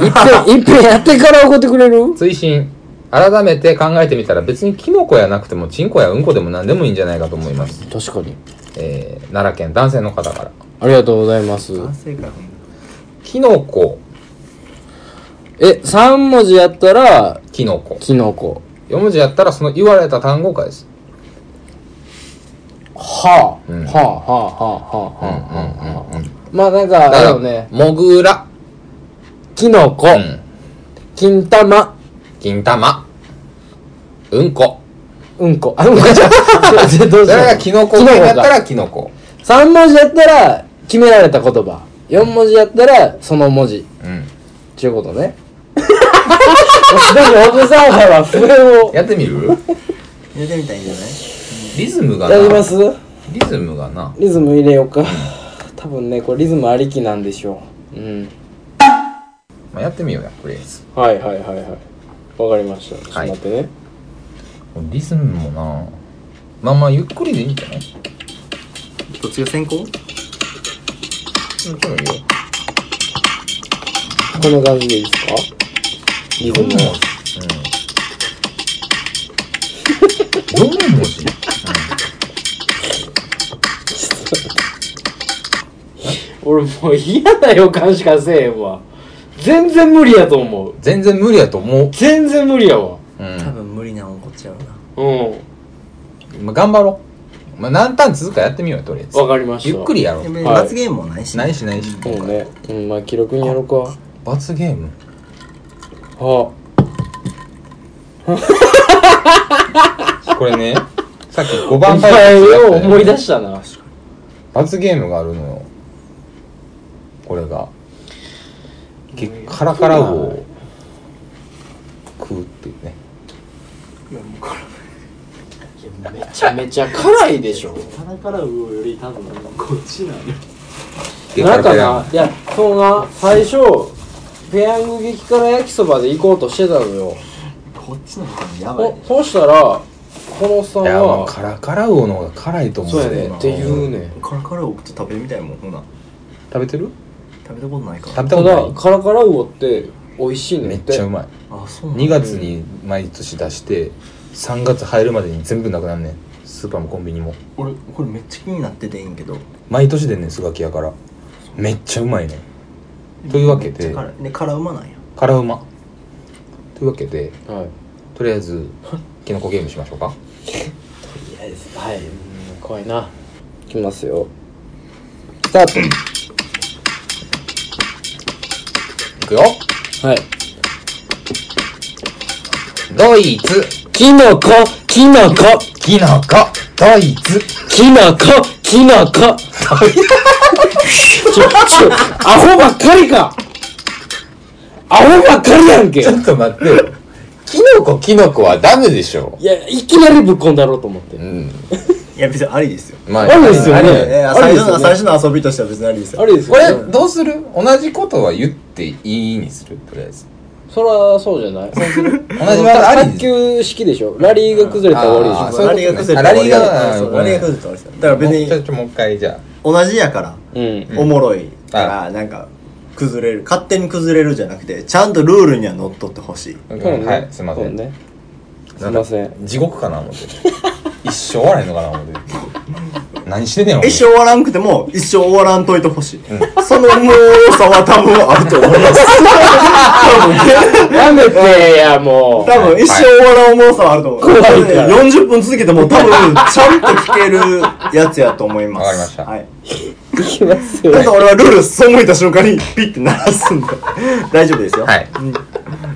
S4: んいっぺんやってから怒ってくれる
S1: 追伸改めて考えてみたら別にキノコやなくてもチンコやうんこでも何でもいいんじゃないかと思います。
S4: 確かに
S1: えー、奈良県男性の方から。
S4: ありがとうございます
S3: 性か
S1: キノコ、
S4: え3文字やったら
S1: キノコ。
S4: キノコ
S1: 4文字やったらその言われた単語かです。
S4: はあ、
S1: うん
S4: はあはあはあはあはあはあ、まあなん
S1: だ
S4: か
S1: か
S4: あ
S1: ら
S4: のね
S1: モグラ、
S4: キノコ、
S1: うん、
S4: 金玉
S1: 金玉、うんこ。
S4: うんこあうんこじゃん じゃあどうし
S1: それ
S4: よ
S1: が
S4: う
S1: キノコ
S4: キノコ
S1: や
S4: か
S1: ったらキノコ。
S4: 3文字やったら決められた言葉4文字やったらその文字
S1: うん。
S4: ちゅうことねでも奥さんはそれを
S1: やってみる
S3: やってみたらいいんじゃない
S1: リズムがな
S4: やります
S1: リズムがな
S4: リズム入れようか多分ねこれリズムありきなんでしょううん
S1: まあ、やってみようやとりあえず
S4: はいはいはいはいわかりましたちょっと
S1: はい
S4: 待ってね、
S1: リズムもなまあまあゆっくりでいいんじゃないうん
S3: どっちが先行
S1: でもいいよ
S4: この感じでいいですかリズ
S1: 4
S4: ム
S1: 文字うん4文字
S4: 俺もう嫌な予感しかせえへんわ全然無理やと思う
S1: 全然無理やと思う。
S4: 全然無理やわ
S1: う
S3: 多
S1: ん。
S3: 分無理なのこっちやろうな
S4: うん
S1: まあ、頑張ろう。まあ、何ターン続くかやってみようよ、とりあえず。
S4: わかりました
S1: ゆっくりやろ
S3: で
S1: う。
S3: も
S4: はい
S3: 罰ゲームもないし
S1: ないしないし。
S4: もうねうんまあ記録にやろうか
S1: 罰ゲ ーム
S4: あ
S1: これね、さっき5
S4: お
S1: 番タ
S4: 前
S1: イトル
S4: を
S1: だったよね
S4: 思い出したな
S1: 罰ゲームがあるのよ。これが。けカラカラ魚を食うっていうね。
S3: いやもうこれ
S4: めちゃめちゃ辛いでしょ
S2: 鼻から魚より多分こっちなの
S4: なんか
S1: ゲカラ
S4: ないやそのな最初ペヤング激辛焼きそばで行こうとしてたのよ
S3: こっちの方がやばい
S4: ほ
S3: ね
S4: そうしたらこのさん
S1: いや、まあ、
S4: は
S1: カラカラ魚の方が辛いと思う
S4: そうやねっていうね
S3: カラカラをちょっと食べるみたいもんほな
S1: 食べてる
S3: 食べたことないか
S1: 食
S3: ら
S1: べた
S4: た
S1: こ
S4: だ
S1: と
S4: カラカラ魚って美味しい
S1: ない
S4: ね
S1: め
S4: っ
S1: ってちゃうまい。
S3: あそうなんだ
S1: 2月に毎年出して3月入るまでに全部なくなんねんスーパーもコンビニも
S3: 俺これめっちゃ気になってていいんけど
S1: 毎年でねんスガキやからめっちゃうまいねんというわけで
S3: 辛いで辛うまなんや
S1: 辛うまというわけで
S4: はい
S1: とりあえずキノコゲームしましょうか
S4: いやですはいうん怖いないきますよスター
S1: いくよ
S4: トはい
S1: ドイツ
S4: キノコキノコ
S1: キノコドイツ
S4: キノコキノコ ちょちょアホばっかりかアホばっかりやんけ
S1: ちょっと待ってよキノコキノコはダメでしょ
S4: いや、いきなりぶっ込んだろうと思って
S1: う。ん
S3: いや別にありですよ
S1: まあ
S4: あれですよね
S1: あれ
S3: えー
S4: あり
S3: 最
S4: ですよね
S3: 初の最初の遊びとしては別にありですよ
S4: あれです
S1: こ
S4: よ、ね。
S1: れどうする同じことは言っていいにするとりあえず
S4: そら、そうじゃない
S1: 同じはあり
S4: 卓球式でしょラリーが崩れたら終わ
S1: あ
S4: り
S1: そう
S3: ラリーが崩れ
S1: あ
S3: た
S1: ラリーが
S3: そう
S1: ごめん
S3: ラリーが崩れたら終わりですよだから別
S1: もうちょ
S3: に
S1: ちょもう一回じゃ
S3: 同じやから
S4: でしょ
S3: おもろいからなんか崩れる勝手に崩れるじゃなくてちゃんとルールにはのっとってほしい
S1: あ、
S4: うん。
S1: うんはいすいませ、
S4: そうんね。すいません。
S1: 地獄かな思って一生笑えんのかな思って何してんねんお前
S3: 一生終わらんくても一生終わらんといてほしい、そのもうさは多分あると思います多分
S4: やめてや、もう。
S3: 多分一生終わらんもうさはあると思う
S4: 怖いから
S3: 40分続けても多分ちゃんと聞けるやつやと思いま
S1: わ
S3: す
S1: かりました
S3: はい
S4: いきますよ
S3: だっ。て俺はルール背いた瞬間にピッて鳴らすんだ大丈夫ですよ、
S1: はい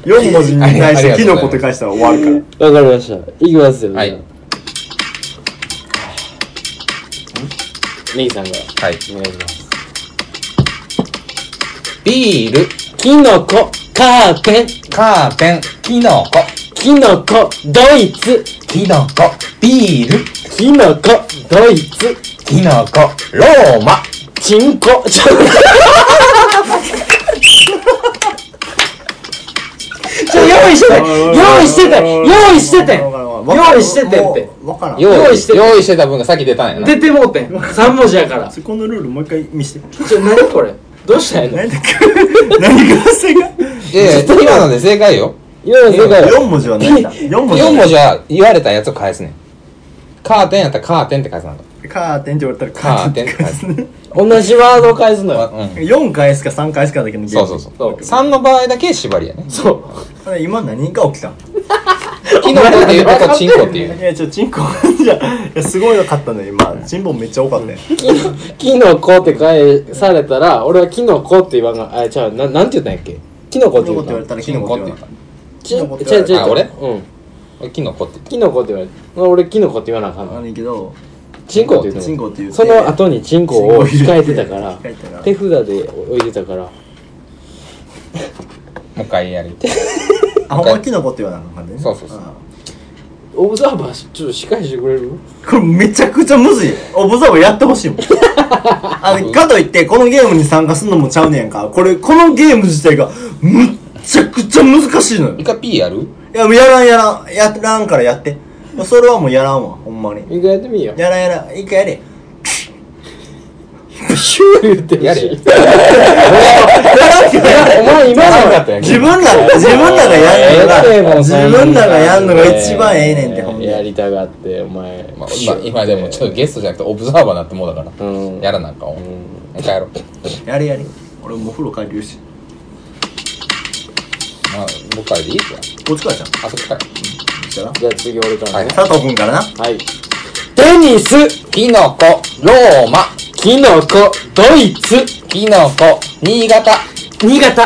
S3: 4文字に対し
S1: あ
S3: て
S1: り
S3: キ
S1: が
S3: ノ
S1: と
S3: コ
S1: う
S3: っ
S1: ございま
S3: て返したら終わるから
S4: わかりました。いきますよ。
S1: はい
S4: じゃあ。ネギさんが、
S1: はい
S4: お願いします。
S1: ビール
S4: キノコ、カーテン、
S1: カーテンキノコ
S4: キノコ、ドイツ、
S1: キノコビール
S4: キノコ、ドイツ、
S1: キノコローマ
S4: チン コ、ちょちょ、用意してた用意してた用意してた用意しててって
S3: 分からん
S4: よ用意して
S1: 用意してた分が先出たんやな
S4: 出てもうてん3文字やから
S3: そこのルールもう一回見して
S4: ちょ、何これどうしたんや
S3: 何だっけ 何が正解
S1: いやいや今ので正解よ
S4: 今の世界
S3: 4文字は何だ4
S1: 4
S3: 文字
S1: 文字は言われたやつを返すねんカーテンやったらカーテンって返すなんか
S3: カーテンって言われたら
S1: カーテンって返す
S4: 同じワードを返すのよ
S1: うん
S3: 4返すか3返すかだけのゲー
S1: そ
S3: ム
S1: うそうそう
S4: そう
S1: 3の場合だけ縛りやね
S4: そう
S3: あれ今何が起きたん
S1: キノコっていうことチンコっていう
S3: いやちょチンコじゃあいやすごいの買ったんだよ今チンポめっちゃ多かったよ
S4: キノコって返されたら俺はキノコって言わんがあ、ちゃうななんて言ったんやっけキノコ
S3: キ
S4: って
S3: ノコ
S4: 言
S3: っ
S4: ってた
S3: 言われたらキノコって言われたキノコって
S4: ちゃうちゃ
S1: あ
S4: う
S1: 俺
S4: うん
S1: キノコって言っ
S4: キノコって言われた俺キノコって言わなあかんの
S3: 何けど
S4: チンコって言って
S3: チンコって言って
S4: その後にチンコを控えてたから
S3: 控えてたな
S4: 手札で置いてたから
S1: たもう一回やる
S3: あほんまキノコって言わなあかんね
S1: そうそうそう
S3: あ
S4: オブザーバーちょっと司会してくれる
S3: これめちゃくちゃむずいオブザーブやってほし いもんあのかといってこのゲームに参加するのもちゃうねやんかこれこのゲーム自体がむっちゃくちゃ難しいのよ
S1: 一回 P やる
S3: いや、もうやらんやらん。やらんからやって。もうそれはもうやらんわ、ほんまに。
S4: 一回やってみよう
S3: やらんやらん。一回やれ。
S4: プシュー言って
S1: や
S4: る
S1: れ
S4: しお前今の
S1: った
S3: 自分ら、自分らがやん
S4: やれ
S3: の
S4: も
S3: が、
S4: う
S3: 自分らがやんのが一番ええねんって、ほんまに。
S4: やりたがってお前
S1: まあ、今今でもちょっとゲストじゃなくてオブザーバーなってもうだから、
S4: うん
S1: やらなんかも、
S4: ん
S1: もう一回やろう
S3: やれやれ。俺もうお風呂帰るし。
S1: まあ、僕からでいいじゃん。
S3: こっちからじゃん。
S1: あ、そっか。
S3: じゃな。
S4: じゃあ次俺からね。
S3: 佐藤君からな。
S4: はい。テニス、
S1: キノコ、ローマ、
S4: キノコ、ドイツ、
S1: キノコ、新潟、
S4: 新潟、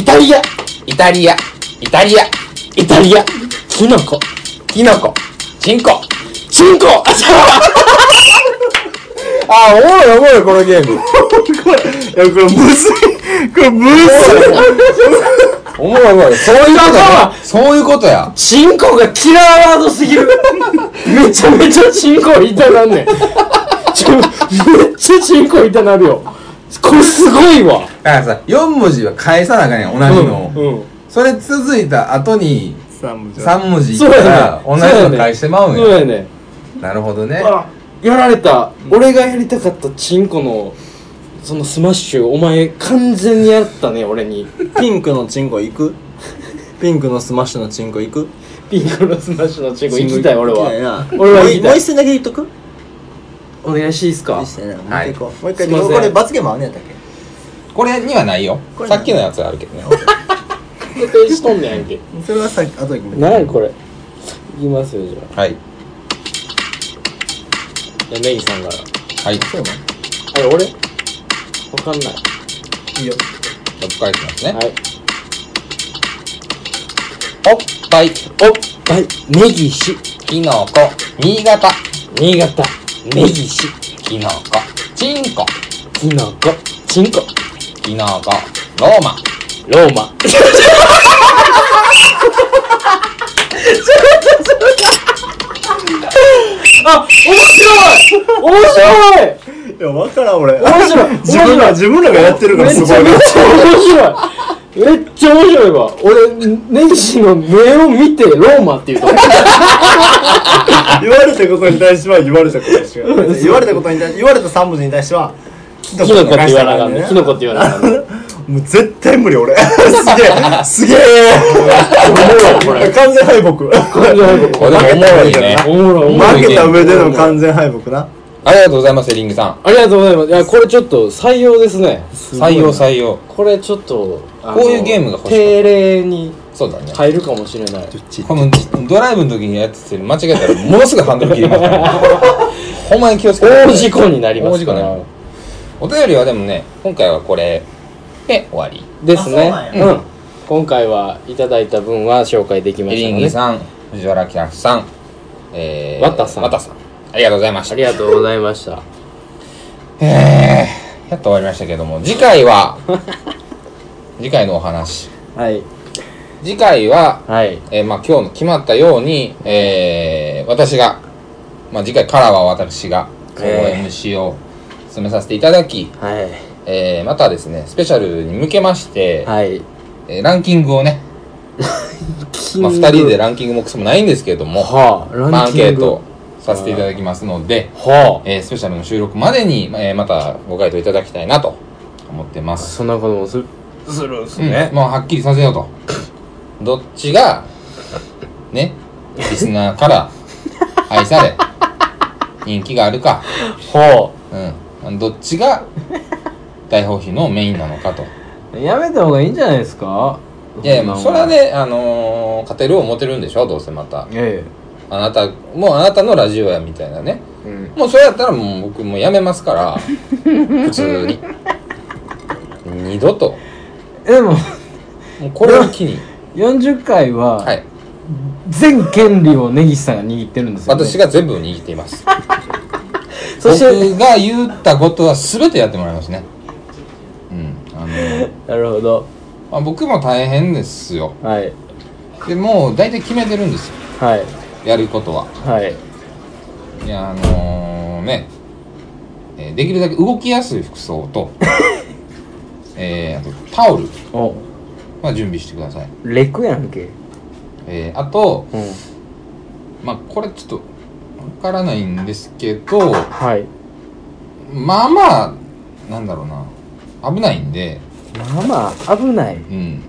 S4: イタリア、
S1: イタリア、イタリア、
S4: イタリア、キノコ、
S1: キノコ、チンコ。
S4: チンコ あ、おもろいおもろいこのゲーム。
S3: いや、これむずい。これむずい。
S4: おもろいおもろい。そういうことは、
S1: そういうことや。
S4: チンコがキラーワードす ぎる。めちゃめちゃチンコ痛なんねん。ちょめっちゃチンコ痛なるよ。これすごいわ。
S1: だからさ、4文字は返さなあかんやん、同じのを。
S4: うん。うん
S1: それ続いた後に、
S3: さんじゃ
S1: 3文字いっ
S4: そ
S1: た
S4: うや
S1: ら
S4: ね。
S1: 同じの返してまうん
S4: そう
S1: や。
S4: やね。
S1: なるほどね。
S4: あやられた。俺がやりたかったチンコの、そのスマッシュ、お前完全にやったね、俺に。
S3: ピンクのチンコ行くピンクのスマッシュのチンコ行く
S4: ピンクのスマッシュのチンコ行きたい、俺は。
S3: は
S4: 俺
S3: 俺
S4: は
S3: は
S4: 行きたい
S3: もう一戦だけ言っとく
S4: お願いしていいっすか
S3: 一戦なもう
S1: はい
S3: 一回行こう。もう一回
S4: すいません
S3: これ罰ゲームあんねやったっけ
S1: これにはないよ
S3: こ。れ
S1: さっきのやつはあるけど ね。
S4: 固定しとんねやんけ。
S3: それはさっき、後で決めて。
S4: 何これ。いきますよ、じゃあ。
S1: はい。
S4: じゃあネギさんから。
S1: はい。
S3: そうや
S4: あれ、俺わかんない。
S3: もんいいよ。
S1: 僕からいきますね。
S4: はい。
S1: おっぱい、
S4: おっぱい、ネギシ、
S1: キノコ、新潟、
S4: 新潟、ネギシ、
S1: キノコ、チンコ、
S4: キノコ、チンコ、
S1: キノコ、ローマ。
S4: ローマ。あ、面白い面白い
S3: いや、わからん俺。
S4: 面白い
S3: 自分ら、自分らがやってるから
S4: めっ
S3: す
S4: ち
S3: ごい
S4: ゃめっ
S3: な。
S4: ちゃ面白いめっちゃ面白いわ俺ネギシの目を見てローマって言うと思った
S3: 言われたことに対しては言われたことにしか 言われたことに対して言われた3文字に対してはキノ
S4: キノコって言わなあか
S3: ん
S4: んね
S3: ね
S4: キノコって言わなあかんね
S3: もう絶対無理 俺すげえすげえ
S4: これ
S3: 完全敗北
S4: 完全敗
S1: これでもおもろいね。
S4: おもろいおもろい
S3: 負けた上での完全敗北な
S1: ありがとうございます、エリングさん。
S4: ありがとうございますいやこれちょっと採用ですね
S1: 採用採用。
S4: これちょっとあの
S1: こういうゲームが欲しかった
S4: 定例に
S1: そうだね。
S4: 入るかもしれない
S1: このじドライブの時にやってて間違えたらものすごいハンドル切ります から、ほんまに気をつけて
S4: 大事故になりま
S1: 大
S4: す
S1: 事
S4: か
S1: 故な
S4: ら
S1: るお便りはでもね今回はこれで終わり
S4: ですね
S3: あそうな
S4: う
S3: んや
S4: ん今回はいただいた分は紹介できま
S1: エ
S4: した
S1: リ
S4: の
S1: ン
S4: で
S1: ギさん藤原キャフさんえー、
S4: ワタさん
S1: ワタさんありがとうございまし
S4: あ
S1: た
S4: りがとうございました
S1: えー、やっと終わりましたけども次回 は次回のお話
S4: はい
S1: 次回は、
S4: はい
S1: えーまあ、今日の決まったように、えー、私が、まあ、次回からは私が
S4: えー
S1: MC を務めさせていただき、
S4: はい
S1: えーまたですねスペシャルに向けまして、
S4: はい
S1: えーランキングをね、まあ、2人でランキングもクソもないんですけれども、
S4: はあ
S1: まあ
S4: ラ
S1: ア
S4: ン
S1: ン
S4: キ
S1: ケ
S4: ン
S1: ー
S4: グ
S1: トさせていただきますので、
S4: は
S1: えースペシャルの収録までに、えーまたご回答いただきたいなと思ってま
S4: あ
S1: す、
S4: そんなこともするするんすね
S1: うんもうはっきりさせようとどっちがねリスナーから愛され人気があるか、
S4: は
S1: うん、どっちが大放棄のメインなのかと
S4: あやめた方がいいんじゃないですか
S1: いやいやもうそれはね、あのー、勝てる思ってるんでしょどうせまた
S4: え
S1: あなたもうあなたのラジオやみたいなね
S4: えうん
S1: もうそれやったらもう僕もうやめますから普通に二度と
S4: でも
S1: もうこれを機に
S4: 40回は
S1: はい
S4: 全権利を根岸さんが握ってるんですよ、ね、
S1: 私が全部握っています
S4: そ
S1: 僕
S4: して
S1: が言ったことは全てやってもらいますねうんあのー
S4: なるほど
S1: まあ、僕も大変ですよ
S4: はい
S1: でもう大体決めてるんですよ
S4: はい
S1: やることは
S4: はい
S1: いやあのー、ね、えーできるだけ動きやすい服装と えー、あとタオル
S4: お
S1: は準備してください、
S4: レクやんけ
S1: えー、あと
S4: うん
S1: まあこれちょっとわからないんですけど
S4: はい
S1: まあまあなんだろうな危ないんで
S4: まあまあ危ない
S1: うん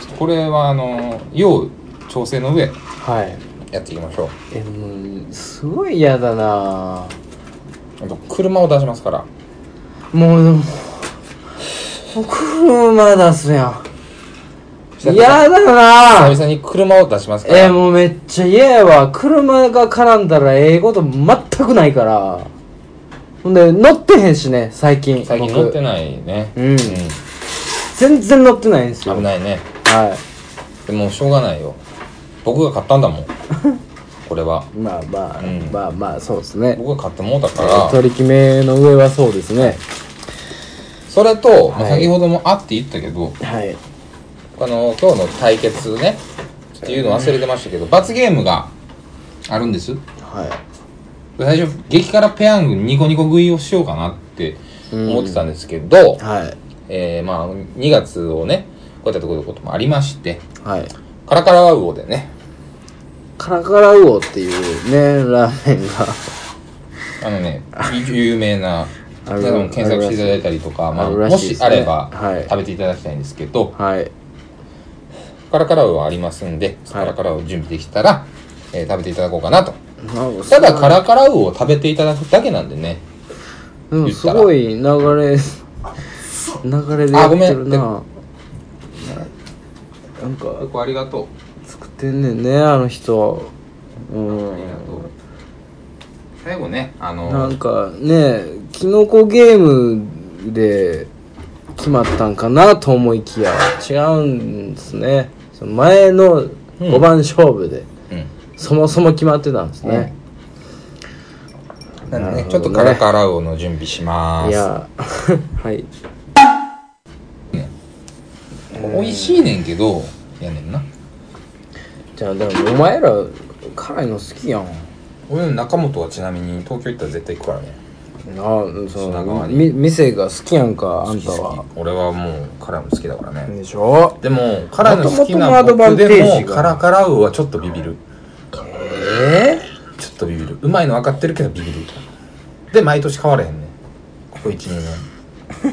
S1: ちょっとこれはあのー、要調整の上
S4: はい
S1: やっていきましょう
S4: えもうすごい嫌だな
S1: あと車を出しますから
S4: もうでももう車出すやん
S1: 久々
S4: 嫌だな
S1: 久々に車を出しますから。
S4: えー、もうめっちゃ嫌やわ車が絡んだらええこと全くないからほんで乗ってへんしね最近
S1: 最近
S4: 僕
S1: 乗ってないね。
S4: うん全然乗ってないんですよ
S1: 危ないね。
S4: は
S1: でもしょうがないよ。僕が買ったんだ もん。これは。
S4: いまあまあ、
S1: うん
S4: まあまあそうですね
S1: 僕が買ってもうたか
S4: えー
S1: ら。
S4: 取り決めの上はそうですね
S1: それと、
S4: はい
S1: 先ほどもあって言ったけど、
S4: はい
S1: あの、今日の対決ね、っていうの忘れてましたけど、罰ゲームがあるんです。
S4: は
S1: 最初、激辛ペヤングニコニコ食いをしようかなって思ってたんですけど、
S4: いはい
S1: えー、まあ、2月をね、こういったところでこともありまして、
S4: はい
S1: カラカラウオでね、
S4: カラカラウオっていうねラーメンが
S1: あの ね、有名な、
S4: あ
S1: 多
S4: る
S1: 分検索していただいたりとか、まあ、
S4: あるら
S1: も
S4: しいで
S1: し
S4: すね
S1: あれば
S4: はい
S1: 食べていただきたいんですけど、
S4: はい
S1: カラカラウオはありますんで、カラカラウオ準備できたら、えー食べていただこうかなと。
S4: なんか
S1: ただカラカラウオを食べていただくだけなんでね。
S4: うん
S1: 言っ
S4: す
S1: たら
S4: ごい流れ流れでやってるな
S1: あ
S4: なんか
S1: ありがとう。
S4: 作ってんねんねあの人うん
S1: 最後ね、あ
S4: な
S1: の
S4: ん、かねキノコゲームで決まったんかなと思いきや違うんですねその前の5番勝負で、
S1: うん。
S4: そもそも決まってたんですね、
S1: なんで
S4: なるほど
S1: ね、
S4: ね
S1: ちょっとカラカラウオの準備しま
S4: い
S1: す。
S4: や はい
S1: 美味しいねんけど、やねんな。
S4: じゃあでもお前ら辛いの好きやん
S1: 俺の中本はちなみに東京行ったら絶対行くからね。
S4: あそ
S1: 品川
S4: の
S1: に
S4: み店が好きやんかあんた
S1: 好
S4: は
S1: き好き俺はもう辛いの好きだからね。
S4: でしょ
S1: でも辛いの好き
S4: も
S1: な
S4: ともとのアドバ
S1: 僕
S4: ンテージが
S1: でもカラカラウはちょっとビビる
S4: え
S1: ちょっとビビるうまいの分かってるけどビビるで毎年買われへんねんここ12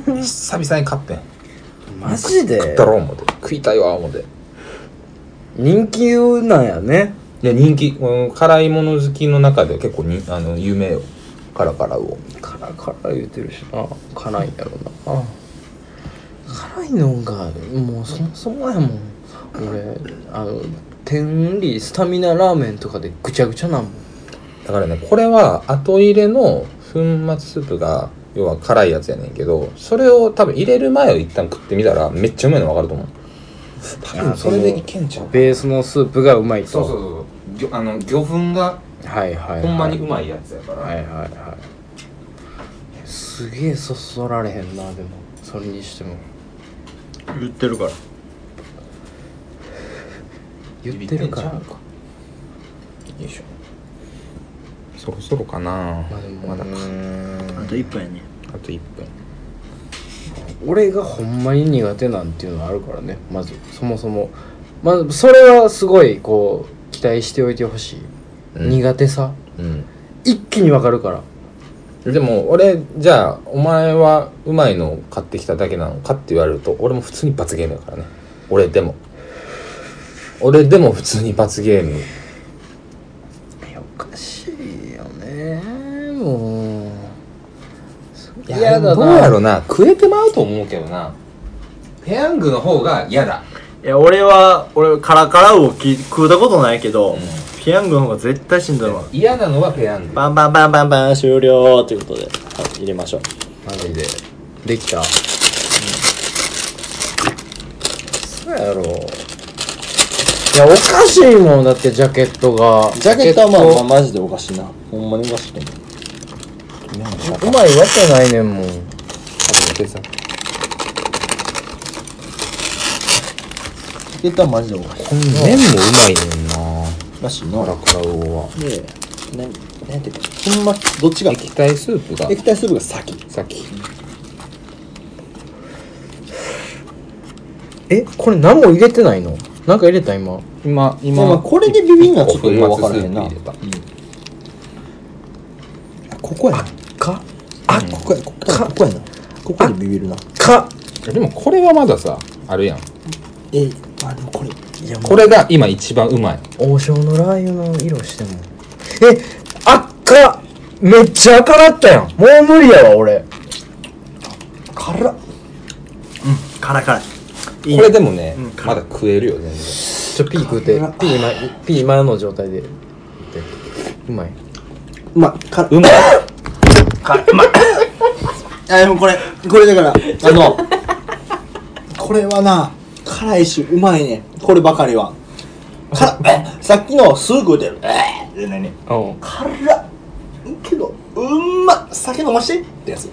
S1: 年久々に買ってん
S4: ー、マジ
S1: 食っ
S4: で
S1: たろ思って食いたいわ思って
S4: 人気なんやね
S1: で人気うん辛いもの好きの中で結構にあの有名よカラカラウを
S4: 辛辛言うてるしな辛いんやろうな辛いのがもうそもそもやもん俺あの天理スタミナラーメンとかでぐちゃぐちゃなんもん
S1: だからねこれは後入れの粉末スープが要は辛いやつやねんけどそれを多分入れる前を一旦食ってみたらめっちゃうまいの分かると思う多分それでいけんちゃう
S4: ベースのスープがうまいと
S1: そうそうそうぎょあの魚粉が
S4: はいはい、はい、
S1: ほんまにうまいやつやから、
S4: はいはいはいすげえそそられへんなでもそれにしても
S3: 言ってるから
S4: 言ってるから
S1: ビビってんちゃうかよいしょそろそろかな
S4: まあでも
S1: だか
S4: う
S3: あ
S4: ーん
S3: と1分やね
S1: あと1分
S4: 俺がほんまに苦手なんていうのはあるからねまずそもそもまあそれはすごいこう期待しておいてほしい、
S1: うん
S4: 苦手さ
S1: う
S4: 一気にわかるから
S1: んでも俺じゃあお前はうまいのを買ってきただけなのかって言われると俺も普通に罰ゲームやからね俺でも俺でも普通に罰ゲーム
S4: いやおかしいよねもう
S1: いどうやろな食えてまうと思うけどなペヤングの方が嫌だ
S3: いや俺は俺カラカラをき食うたことないけど、
S1: ん
S3: ピヤングの方が絶対しんどいわ
S1: 嫌なのはペヤング
S3: バンバンバンバンバン終了ということで、はい、入れましょう
S4: マジでできた、そうやろいやおかしいもんだってジャケットが
S3: ジャケットはまあ、まあ、マジでおかしいなほんまにおかしいと思うなんか
S4: うまいわけないねんもん
S3: ジャケットはマジでおかしい
S1: この麺もうまいねんな
S3: らしいな
S1: カラカラウオは
S3: で何何ていうかほんまどっちが
S1: 液体スープが
S3: 液体スープが先
S1: 先
S4: えこれ何も入れてないのなんか入れた今
S1: 今
S3: まあまあこれでビビンがちょっとよう分からへんな、
S1: 粉末スープ入
S3: ここやな
S4: か
S3: あここやここやここやなここでビビるな
S4: か
S1: れたでもこれはまださあるやん
S3: えあでもこれいやもう
S1: これが今一番うまい
S4: 王将のラー油の色してもえ赤めっちゃ赤だったやんもう無理やわ俺
S3: 辛っうん辛い辛いいい
S1: これでもね
S3: うん、
S1: まだ食えるよ、全然。
S4: ちょピー食うてピー今ピー今の状態で食うてうまいう
S3: まいか
S1: うまい。
S3: あでもこれこれだからあのこれはな辛いしうまいねこればかりはからえさっきのすぐ出るえーって何
S4: うん
S3: 辛っけどうんまっ酒飲ましてってやつ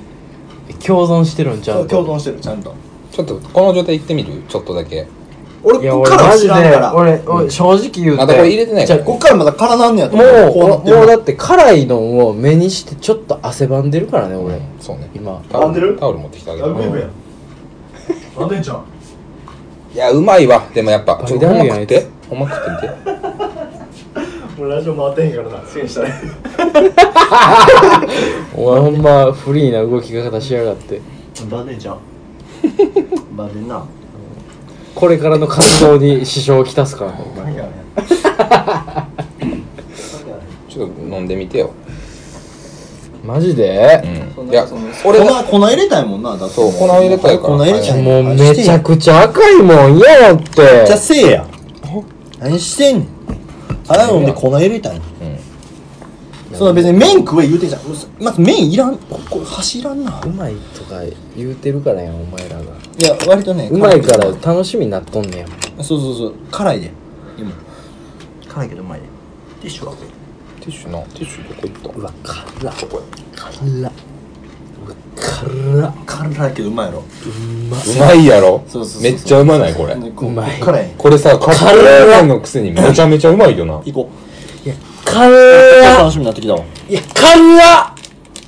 S4: 共存してるんちゃ
S3: 共
S4: うと
S3: 存してるちゃんと
S1: ちょっと、この状態いってみるちょっとだけ。
S3: 俺
S4: いや
S3: こっ
S4: 俺
S3: から
S4: マ
S3: は
S4: ジ
S3: 知
S4: で
S3: らんからこ
S4: 俺俺正直言う
S1: まだこれ入れてない
S4: じ
S1: か
S4: ゃ
S1: ら
S4: あ
S1: ね
S3: っからまだ体なんねやと
S4: も
S3: 思
S4: う
S3: こうなってる
S4: もうだって辛いのを目にしてちょっと汗ばんでるからね俺
S1: うんそうね。
S4: 今
S1: タオ
S3: 並んで
S1: ル
S3: る
S1: タオル持ってきてあげる。
S4: べえべや
S3: なんでんちゃん
S1: いや、うまいわ。でもやっぱ、ちょっとほんま食っ
S4: あい
S1: て
S4: らん。
S1: ほんま食ってみて。
S3: 俺ラジオ回ってへんからな支援したね
S4: お前ほんまフリーな動き方しやがって
S3: バネじゃんバネな
S4: これからの活動に支障をきたすからねお前
S3: 何やねん
S1: ちょっと飲んでみてよ。
S4: マジで
S1: う、
S3: そ
S1: ん。
S3: ん
S1: いや
S3: なその、
S1: 俺が、
S3: 粉粉入れたいもんなだって
S1: そう粉入れたいから
S3: 粉入れちゃ
S4: もうめちゃ
S3: く
S4: くちゃ赤いもん嫌やって
S3: ちゃせえや何してんねん早飲んで粉入れたいねん
S1: うん。
S3: そんな別に麺食え言うてんじゃんうそまず麺いらんここ箸いらんな
S4: うまいとか言うてるからやんお前らが
S3: いや割とね
S4: うまいから楽しみになっとんねん
S3: そうそうそう辛いででも辛いけどうまいでティッシュは
S1: ティッシュな。ティッシュどこ行った
S4: うわ辛っ辛っうわ辛っ
S3: 辛いけどうまいやろ
S1: うまいやろ
S3: そうそうそう
S1: めっちゃうまないこれ。
S3: う
S4: うまい
S3: 辛い
S1: これさ、カップラーメンのくせにめちゃめちゃうまいよな。
S3: 行こう
S4: 辛っ
S3: 楽しみになってきたわ
S4: いや辛っ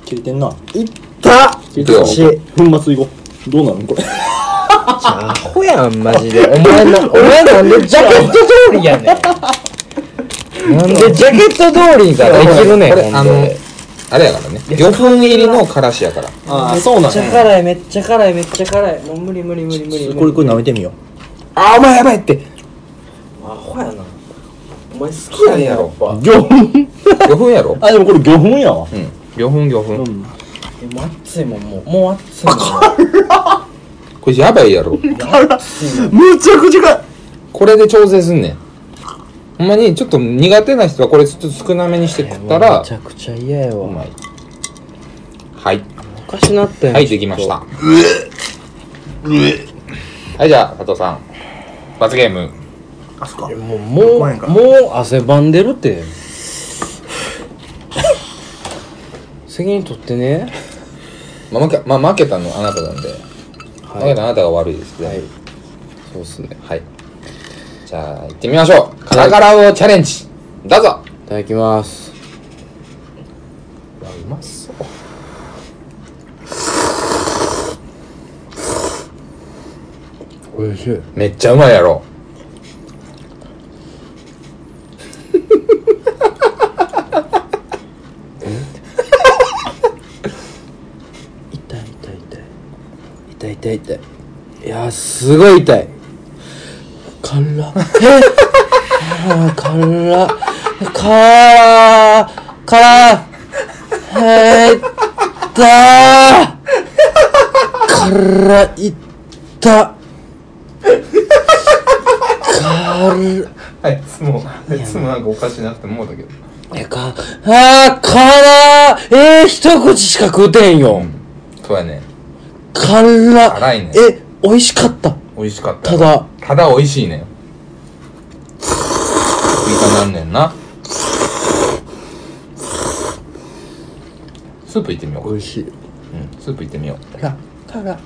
S3: 切れてんない
S4: った
S3: 切れ
S1: どう
S3: し粉末いこうどうなのこれ
S4: アホやんマ ジでお前なお前なんでジャケット通りやねんなんでジャケット通りができるねん
S1: こ
S4: ほ
S1: れ、あ
S4: ん
S1: の
S4: で、
S1: あれやからね。魚粉入りのからしやから。
S3: ああそうなん
S4: めっちゃ辛いめっちゃ辛いめっちゃ辛いもう無理無理無理無理無理
S3: これこれ舐めてみよ
S1: あ、お前やばいって。
S4: アホやなお前好きやねんやろ
S3: う魚粉
S1: 魚粉やろ
S3: あでもこれ魚粉やわ
S1: うん。魚粉魚粉。
S4: えもう熱いもんもうもう熱いもん
S1: これやばいやろ。
S3: むちゃくちゃ辛い
S1: これで調整すんねん。ほんまに、ちょっと苦手な人はこれちょっと少なめにして食った
S4: いやもう
S1: ら
S4: めち、ゃくちゃ嫌や
S1: う
S4: わ
S1: まい。はい。
S4: おかしなったやん
S1: はい、できました。はい、じゃあ、佐藤さん。罰ゲーム。
S3: あそっか
S4: もうも
S3: ごめ
S4: うん
S3: か
S4: もう汗ばんでるって 責任取ってね
S1: まあ、負け、まあ、負けたのあなたなんで、負
S4: は
S1: け
S4: い
S1: たあなたが悪いですね。
S4: はい
S1: そうっすね。はい。じゃあ、行ってみましょう。カラカラをチャレンジ。どうぞ。
S4: いただきます
S1: うまそう。
S4: おいしい
S1: めっちゃうまいやろ。
S4: 痛い痛い痛い痛い痛い痛いいやーすごい痛い 辛っえあー辛っ辛っ辛っえー痛っ辛っ痛っ辛っ
S1: はい、もう、いつもなんかおかしいなって思うだけど。
S4: えかあー辛っえー、一口しか食うてんよ
S1: そうやね。
S4: 辛っ
S1: 辛いね
S4: え美味しかった
S1: 美味しかった
S4: た
S1: よ。
S4: だ
S1: ただ美味しいね。食いたなんねんな。スープいってみよう。
S4: 美味しい
S1: うん、スープいってみよう。
S4: 辛辛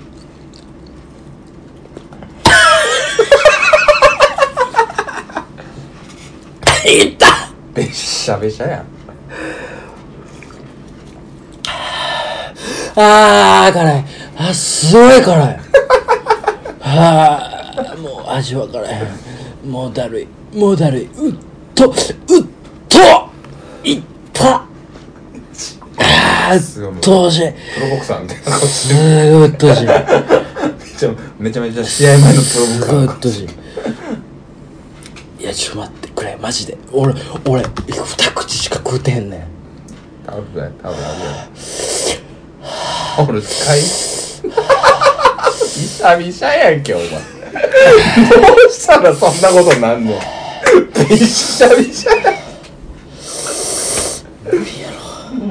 S4: いた
S1: べっしゃべしゃやん。
S4: あー辛いあすごい辛いあーもう味わからへんもうだるいもうだるいうっとうっといったあー
S1: すごいも
S4: う
S1: う
S4: っとうしい
S1: プロボクサーみたいな顔し
S4: すごいうっとうしい
S1: てる。めちゃめちゃ試合前のプロボク
S4: す
S1: サ
S4: ご
S1: ーの
S4: いうっ
S1: 顔。
S4: とうしいいやちょっと待ってくれマジで俺俺二口しか食うてへんねん
S1: タオルだよ、タオルあげよう。タオル使い。びしゃびしゃやんけ、お前。うしたらそんなことになんのびっしゃびしゃ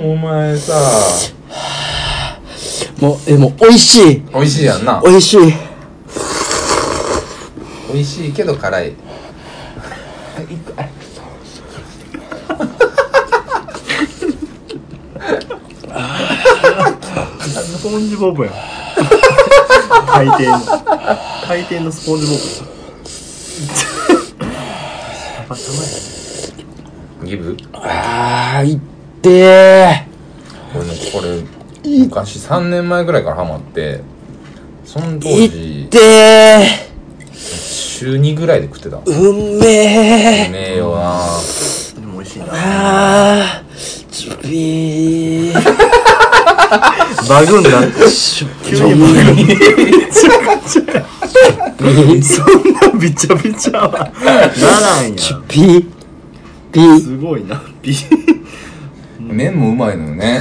S1: お前さ
S4: もう、え、もう、美味しい
S1: 美味しいやんな
S4: 美味しい
S1: 美味しいけど辛い
S3: スポンジボブやん回転の回転のスポンジボブ
S1: ギブ
S4: あー、いって
S1: 俺ねこれ昔3年前ぐらいからハマってその当
S4: ーい
S1: 時
S4: って
S1: 週2ぐらいで食ってたう
S4: ーうんめー
S1: めえよな
S3: でも美味しいな
S4: あー、ちょびー。
S3: バグんなって急にバグんそんなびちゃびちゃはならんや
S4: ちょびー。びー。
S3: すごいなび
S1: 麺もうまいのよね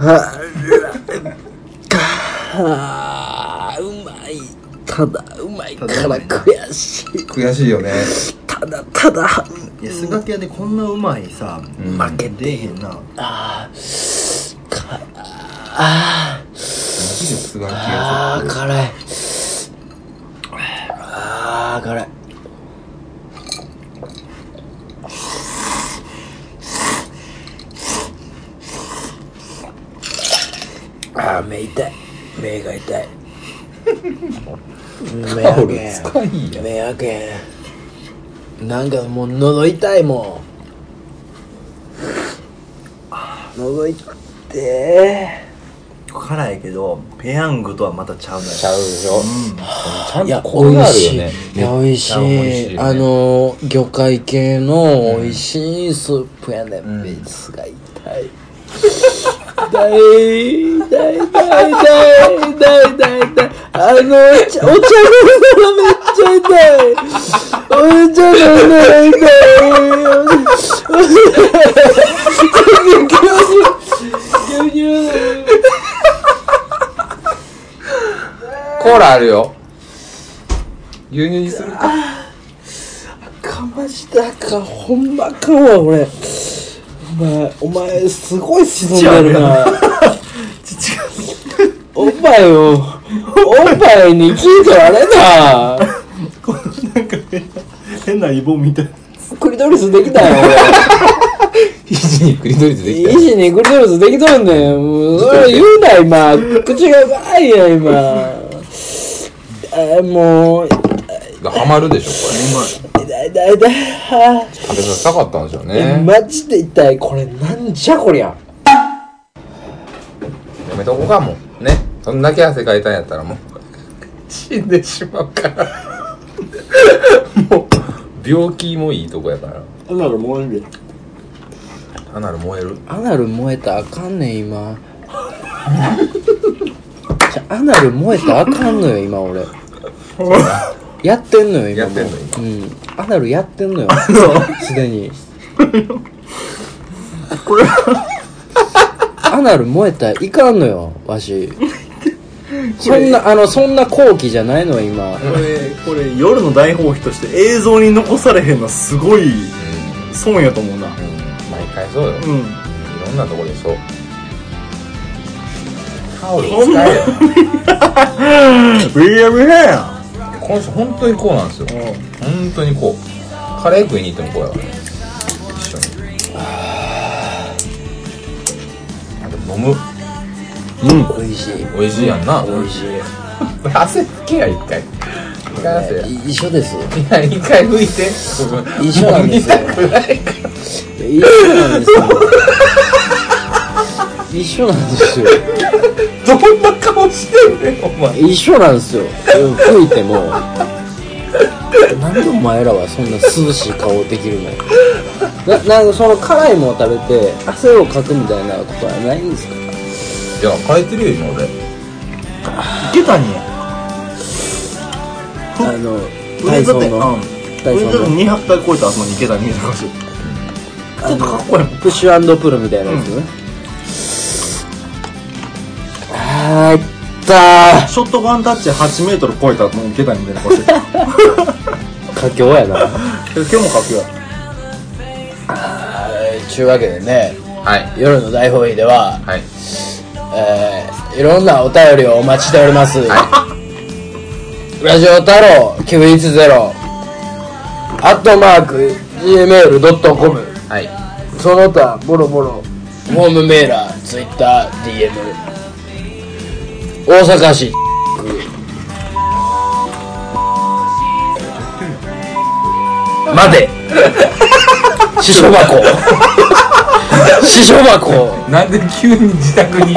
S4: あー、うまい。ただ、うまいから悔しい。
S1: 悔しいよね
S4: ただ、ただ、
S3: いやスガキ屋でこんなうまいさ
S1: ん
S3: 負けてへんな
S4: あー、か、あー、
S1: マジですがき
S4: あー、
S1: や
S4: 辛い。あー、辛い。あー、目痛い。目が痛い。 目
S1: タ
S4: が
S1: オ
S4: 痛
S1: ル
S4: い。
S1: 使いや
S4: 迷惑やんなんかもう喉痛いもん喉痛って
S3: 辛いけどペヤングとはまたちゃうな
S1: ちゃうよちゃ
S4: い
S1: ん
S4: や
S1: とコ
S4: 美
S1: クがあ
S4: 味
S1: る
S4: しいい
S1: よね
S4: や美味しい
S1: めっちゃ美味しいよね
S4: あの魚介系の美味しいスープやね、ん、ベースが痛い痛い痛い痛い痛い痛い痛い痛いあのお茶お茶飲んだらめっちゃ痛いお茶飲んだら痛い
S1: コーラあるよ牛乳にするか
S4: かましたかほんまかんわ俺お前お前すごい進んでるなおっぱいをおっぱいに聞いてられな
S3: このなんか変な変なイボみたいな
S4: クリトリスできたよ
S1: 肘にクリトリスできた
S4: 俺医
S1: よ
S4: 師にクリトリスできとんねんもうそれ言うな今口がばいや今あもう
S1: ハマるでしょこれ
S4: 痛い痛い痛いあー
S1: 食べさせたかったんでしょう
S4: え
S1: ね
S4: マジで痛いこれなんじゃこりゃ
S1: やめとこうかもうねそんだけ汗かいたんやったらもう死んでしまうからもう病気もいいとこやから
S2: あんならもうええで
S1: 単なる燃える
S4: アナル燃えたらあかんねん今じゃアナル燃えたらあかんのよ今俺やってんのよ今
S1: やってんの
S4: 今うんアナルやってんのよすでに
S3: これは
S4: アナル燃えたらいかんのよわしそんなあのそんな後期じゃないのよ今
S3: これこれ夜の大放棄として映像に残されへんのはすごい損やと思うな
S1: うん毎回そうよ、い
S3: う
S1: ろ
S3: ん
S1: んなとこでそうタオル使えよ
S3: ビリヤビリや
S1: この人本当にこうなんですよ本当にこうカレー食いに行ってもこうやからね一緒にあでも飲む
S4: 美味しい
S1: 美味しいやんな
S4: 美味しい
S1: 汗拭けや一回一回汗やい
S4: い一緒です
S1: や一回拭いて僕
S4: 一緒なんですよ
S1: 飲みたくないから
S4: 一緒なんですよ一緒なんですよ
S1: どんな顔してんねんお前
S4: 一緒なんですよ吹いてもなんでお前らはそんな涼しい顔できるのななんかその辛いもの食べて汗をかくみたいなことはないんですか
S1: いや変えてるよ今俺
S3: いけたんや
S4: あの体
S3: 俺だ
S4: 操
S3: って
S4: の体
S3: うん俺だ
S4: 操
S3: って
S4: の
S3: 200回超えた後のいけたんやちょっとかっこいいもん
S4: プッシュプルみたいなやつね、あー痛った
S3: ショットガンタッチ8メートル超えたらもう受けたみたいな 顔してた
S4: 佳境やな
S3: 今日も書くよ
S4: ちゅうわけでね
S1: はい。
S4: 夜の大放映では、
S1: はい。
S4: えーいろんなお便りをお待ちしております、
S1: は
S4: ラジオ太郎910アットマーク gmail.com
S1: い。はい。
S4: その他ボロボロホームメーラー TwitterDM 大阪市 まで師匠箱師匠箱
S1: なんで急に自宅に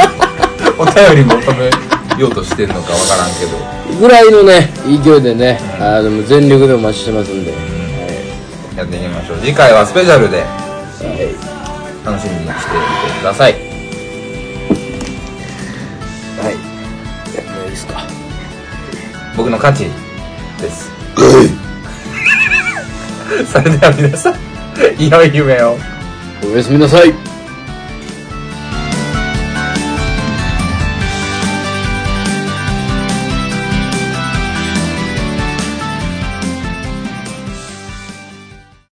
S1: お便り求めようとしてんのかわからんけど。
S4: ぐらいのね勢いでねあの全力でお待ちしてますんで、
S1: やっていきましょう。次回はスペシャルで楽しみにしていてください。
S4: はい。もういいですか。
S1: 僕の価値です。それでは皆さん、良い夢を。
S4: おやすみなさい。